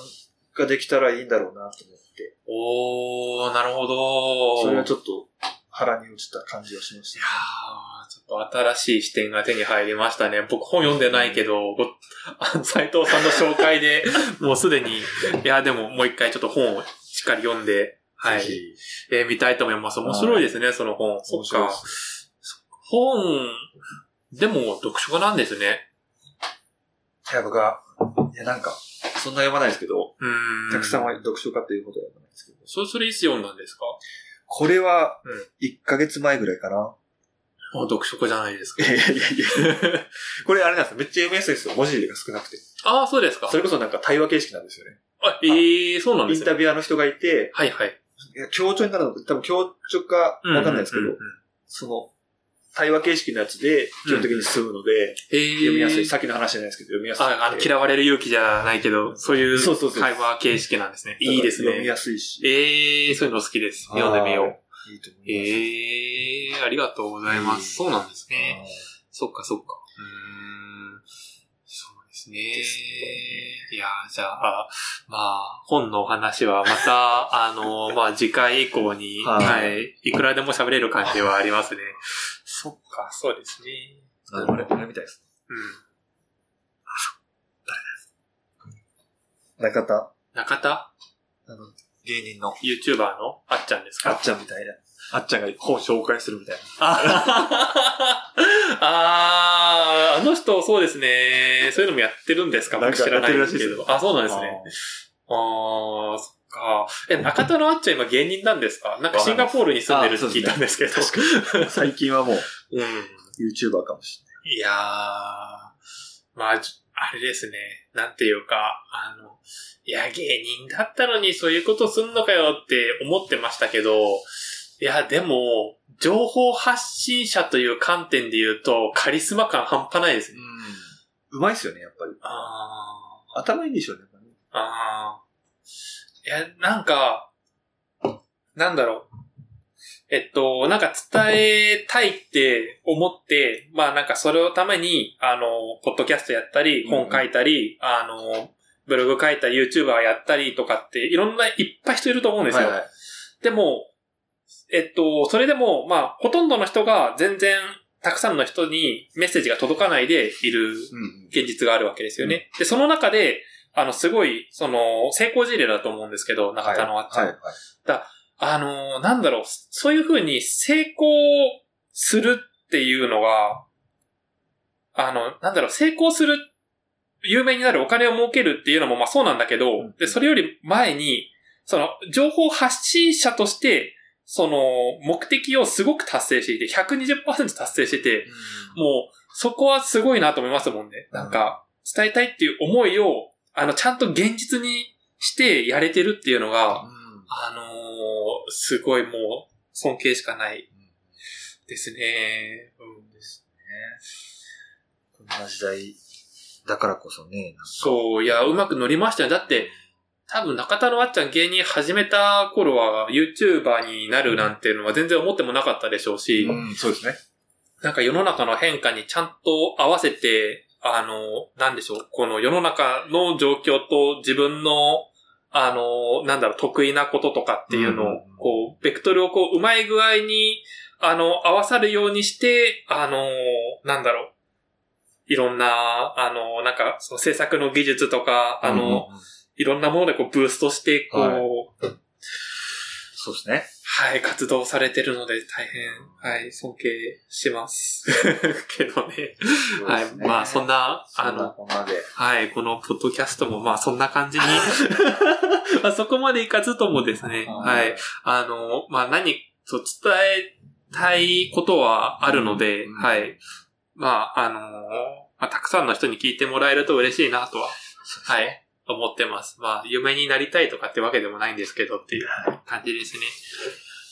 Speaker 2: ができたらいいんだろうなと思って、
Speaker 1: おー、なるほど。
Speaker 2: それは
Speaker 1: ょっ
Speaker 2: ちょっと腹に落ちた感じがしまし
Speaker 1: いやーちょっと新しい視点が手に入りましたね。僕本読んでないけど、ごあ斉藤さんの紹介で もうすでに、いや、でももう一回ちょっと本をしっかり読んで、
Speaker 2: た。
Speaker 1: はい
Speaker 2: ぜ。ひ
Speaker 1: えー見たいと思います。面白いですね、その本。そ
Speaker 2: 面
Speaker 1: っ
Speaker 2: 白い
Speaker 1: か
Speaker 2: で。
Speaker 1: 本、でも読書家なんですね。
Speaker 2: いや、僕は、いや、なんか、そんな読まないですけど、
Speaker 1: うーん。
Speaker 2: たくさん
Speaker 1: は。
Speaker 2: は読書家っていうことは読まないですけど、
Speaker 1: それ、それいつ読んだんですか
Speaker 2: これは
Speaker 1: うん、
Speaker 2: 1ヶ月前ぐらいかな。
Speaker 1: あ、読書家じゃないですか
Speaker 2: い。やいやいやいや。これあれなんですよ。めっちゃ読みやすいですよ。文字が少なくて。
Speaker 1: ああ、そうですか。
Speaker 2: それこそなんか対話形式なんですよね。
Speaker 1: あ、ええそうなんで
Speaker 2: イ
Speaker 1: す
Speaker 2: ン
Speaker 1: ね。
Speaker 2: タビュアーの人がいて、
Speaker 1: はいはい。
Speaker 2: いや協調になるのか、多分協調かわかんないですけ
Speaker 1: うんう
Speaker 2: ど
Speaker 1: んうん、うん
Speaker 2: その、対話形式のやつで、基本的に進むので、
Speaker 1: ええ
Speaker 2: 読みやすい。さっきの話じゃないですけど、読みやすい。
Speaker 1: あ、あの、嫌われる勇気じゃないけど、そういう
Speaker 2: そうそうそう
Speaker 1: 会話形式なんですね。いいです
Speaker 2: 読み
Speaker 1: ね。
Speaker 2: やすいし。
Speaker 1: ええそういうの好きです。読んでみよう。
Speaker 2: う。いいと思います。
Speaker 1: ええありがとうございます。
Speaker 2: うん
Speaker 1: そうなんですね。
Speaker 2: あ
Speaker 1: そっかそっか。うーん。そうですね。
Speaker 2: です
Speaker 1: いやー、じゃあ、まあ、本のお話はま た、あの、まあ、次回以降に、
Speaker 2: はい
Speaker 1: はい、いくらでも喋れる感じはあります ね。そっか、そうですね。
Speaker 2: ーあでもあれ、あれみたいです。
Speaker 1: うん。
Speaker 2: 中田、
Speaker 1: 中田
Speaker 2: あの、芸人の、
Speaker 1: ?YouTuber のあっちゃんです
Speaker 2: あ
Speaker 1: か
Speaker 2: っちゃんみたいな。あっちゃんが本紹介するみたいな。
Speaker 1: ああー、あの人、そうですね。そういうのもやってるんですか
Speaker 2: なん
Speaker 1: 僕
Speaker 2: か
Speaker 1: 知らない
Speaker 2: や
Speaker 1: で
Speaker 2: って
Speaker 1: すけ
Speaker 2: るらしいで
Speaker 1: ど。あ、そうなんですね。ああ、そっか。え、中田のあっちゃん今芸人なんですかなんかシンガポールに住んでるって聞いたんですけど。
Speaker 2: あーそうあー。最近はもう、
Speaker 1: うん。
Speaker 2: YouTuber かもし
Speaker 1: いやー、まあ、ちょあれですね。なんていうか、あの、いや、芸人だったのにそういうことすんのかよって思ってましたけど、いや、でも、情報発信者という観点で言うと、カリスマ感半端ないです
Speaker 2: れ
Speaker 1: ね。
Speaker 2: ない。うん。うまいっすよね、やっぱり。
Speaker 1: あー。
Speaker 2: 頭いいでしょうね、やっぱね。
Speaker 1: ああ。いや、なんか、なんだろう。えっと、なんか伝えたいって思って、まあなんかそれをために、あの、ポッドキャストやったり、
Speaker 2: うん
Speaker 1: 本書いたり、あの、ブログ書いたり、YouTuber やったりとかって、いろんないっぱい人いると思うんですよ。
Speaker 2: はいはい
Speaker 1: でも、えっと、それでも、まあ、ほとんどの人が全然、たくさんの人にメッセージが届かないでいる
Speaker 2: うんうん。
Speaker 1: 現実があるわけですよね。で、その中で、あの、すごい、その、成功事例だと思うんですけど、中田のあっちゃん。
Speaker 2: はいはい。
Speaker 1: あの、なんだろう、そういうふうに成功するっていうのが、あの、なんだろう、成功する有名になるお金を儲けるっていうのもまあそうなんだけど、
Speaker 2: うん
Speaker 1: で、それより前に、その、情報発信者として、その、目的をすごく達成していて、120%達成してて、もう、そこはすごいなと思いますもんね。なんか、伝えたいっていう思いを、あの、ちゃんと現実にしてやれてるっていうのが、あのーすごいもう、尊敬しかないですね。うん
Speaker 2: ですね。こんな時代だからこそね、なんか
Speaker 1: そう、いや、うまく乗りましたよ。だって、多分中田のあっちゃん芸人始めた頃は YouTuber になるなんていうのは全然思ってもなかったでしょうし、
Speaker 2: うん、そうですね。
Speaker 1: なんか世の中の変化にちゃんと合わせて、あの、なんでしょう、この世の中の状況と自分の、あの、なんだろう、得意なこととかっていうのを
Speaker 2: うんうんうん、
Speaker 1: こう、ベクトルをこう、うまい具合に、あの、合わさるようにして、あの、なんだろう、いろんな、あの、なんか、その制作の技術とか、あの、
Speaker 2: うんうんうん、
Speaker 1: いろんなものでこう、ブーストして、こう、
Speaker 2: は
Speaker 1: はいい、
Speaker 2: そうですね。
Speaker 1: 活動されてるので、大変、はい、尊敬し ます。けどね。はい。まあ、そん
Speaker 2: な、
Speaker 1: な、あ
Speaker 2: あの、
Speaker 1: の、
Speaker 2: こんなで。
Speaker 1: はい、このポッドキャストも、まあ、そんな感じ に、まあ、そこまでいかずともですね、はい。。あの、まあ、何、そう、伝えたいことはあるので、
Speaker 2: うん
Speaker 1: はい。まあ、あの、まあ、たくさんの人に聞いてもらえると嬉しいなとは、はい、思ってます。まあ、夢になりたいとかってわけでもないんですけどっていう感じですね。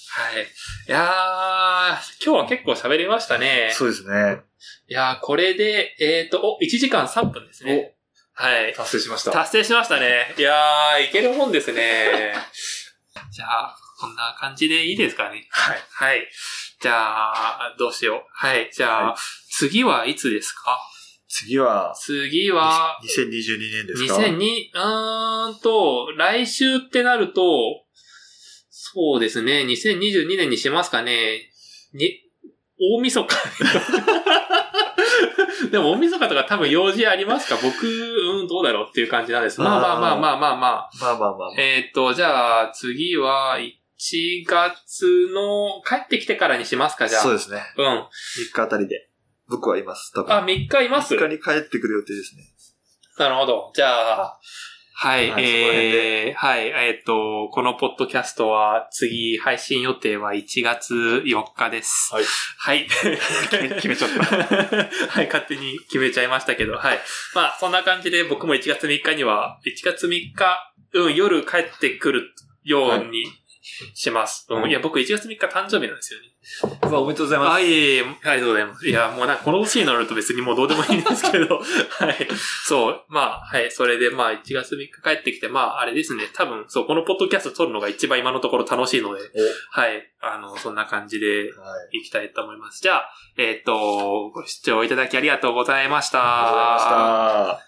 Speaker 1: はい。いやー、今日は結構喋りましたね。
Speaker 2: そうですね。
Speaker 1: いやー、これで、えっ、と、お、1時間3分ですね。はい。
Speaker 2: 達成しまし。
Speaker 1: 達成しましたね。いやー、いけるもんです ね。じゃあ、こんな感じでいいですかね。
Speaker 2: はい。
Speaker 1: はい。じゃあ、どうしよう。はい。じゃあ、
Speaker 2: は
Speaker 1: 次はいつですか
Speaker 2: 次は、
Speaker 1: 次は、
Speaker 2: 2022年ですか
Speaker 1: 2002、うーんと、来週ってなると、そうですね、2022年にしますかね。に、大晦日。 でも大晦日とか多分用事ありますか僕、うん、どうだろうっていう感じなんです。まあまあまあまあまあまあ。
Speaker 2: まあまあまあ。
Speaker 1: えーっ、と、じゃあ、次は、1月の、帰ってきてからにしますかじゃあ。
Speaker 2: そう
Speaker 1: う
Speaker 2: ですね。
Speaker 1: ん。
Speaker 2: 3日あたりで。僕はいます、多分。
Speaker 1: あ、3日います
Speaker 2: 3日に帰ってくる予定ですね。
Speaker 1: なるほど。じゃあ、はい、
Speaker 2: はいそこら辺
Speaker 1: えー、はい、えーっと、このポッドキャストは次配信予定は1月4日です。
Speaker 2: はい。
Speaker 1: はい。
Speaker 2: め決めちゃっ た
Speaker 1: はい、勝手に決めちゃいましたけど、はい。まあ、そんな感じで僕も1月3日には、1月3日、うん、夜帰ってくるようにします。
Speaker 2: はい
Speaker 1: うん、いや、僕1月3日誕生日なんですよね。
Speaker 2: まあ、おめでとうござい
Speaker 1: あ、いえいえ、ありがとうございます。いや、もうなんかこの年になると別にもうどうでもいいんですけ ど、はい。そう、まあ、はい。それでまあ、1月3日帰ってきて、まあ、あれですね。多分、そう、このポッドキャスト撮るのが一番今のところ楽しいので、はい。あの、そんな感じで
Speaker 2: おはい。
Speaker 1: いきたいと思います。じゃあ、えっ、と、ご視聴いただきありがとうございました。
Speaker 2: ありがとうございました。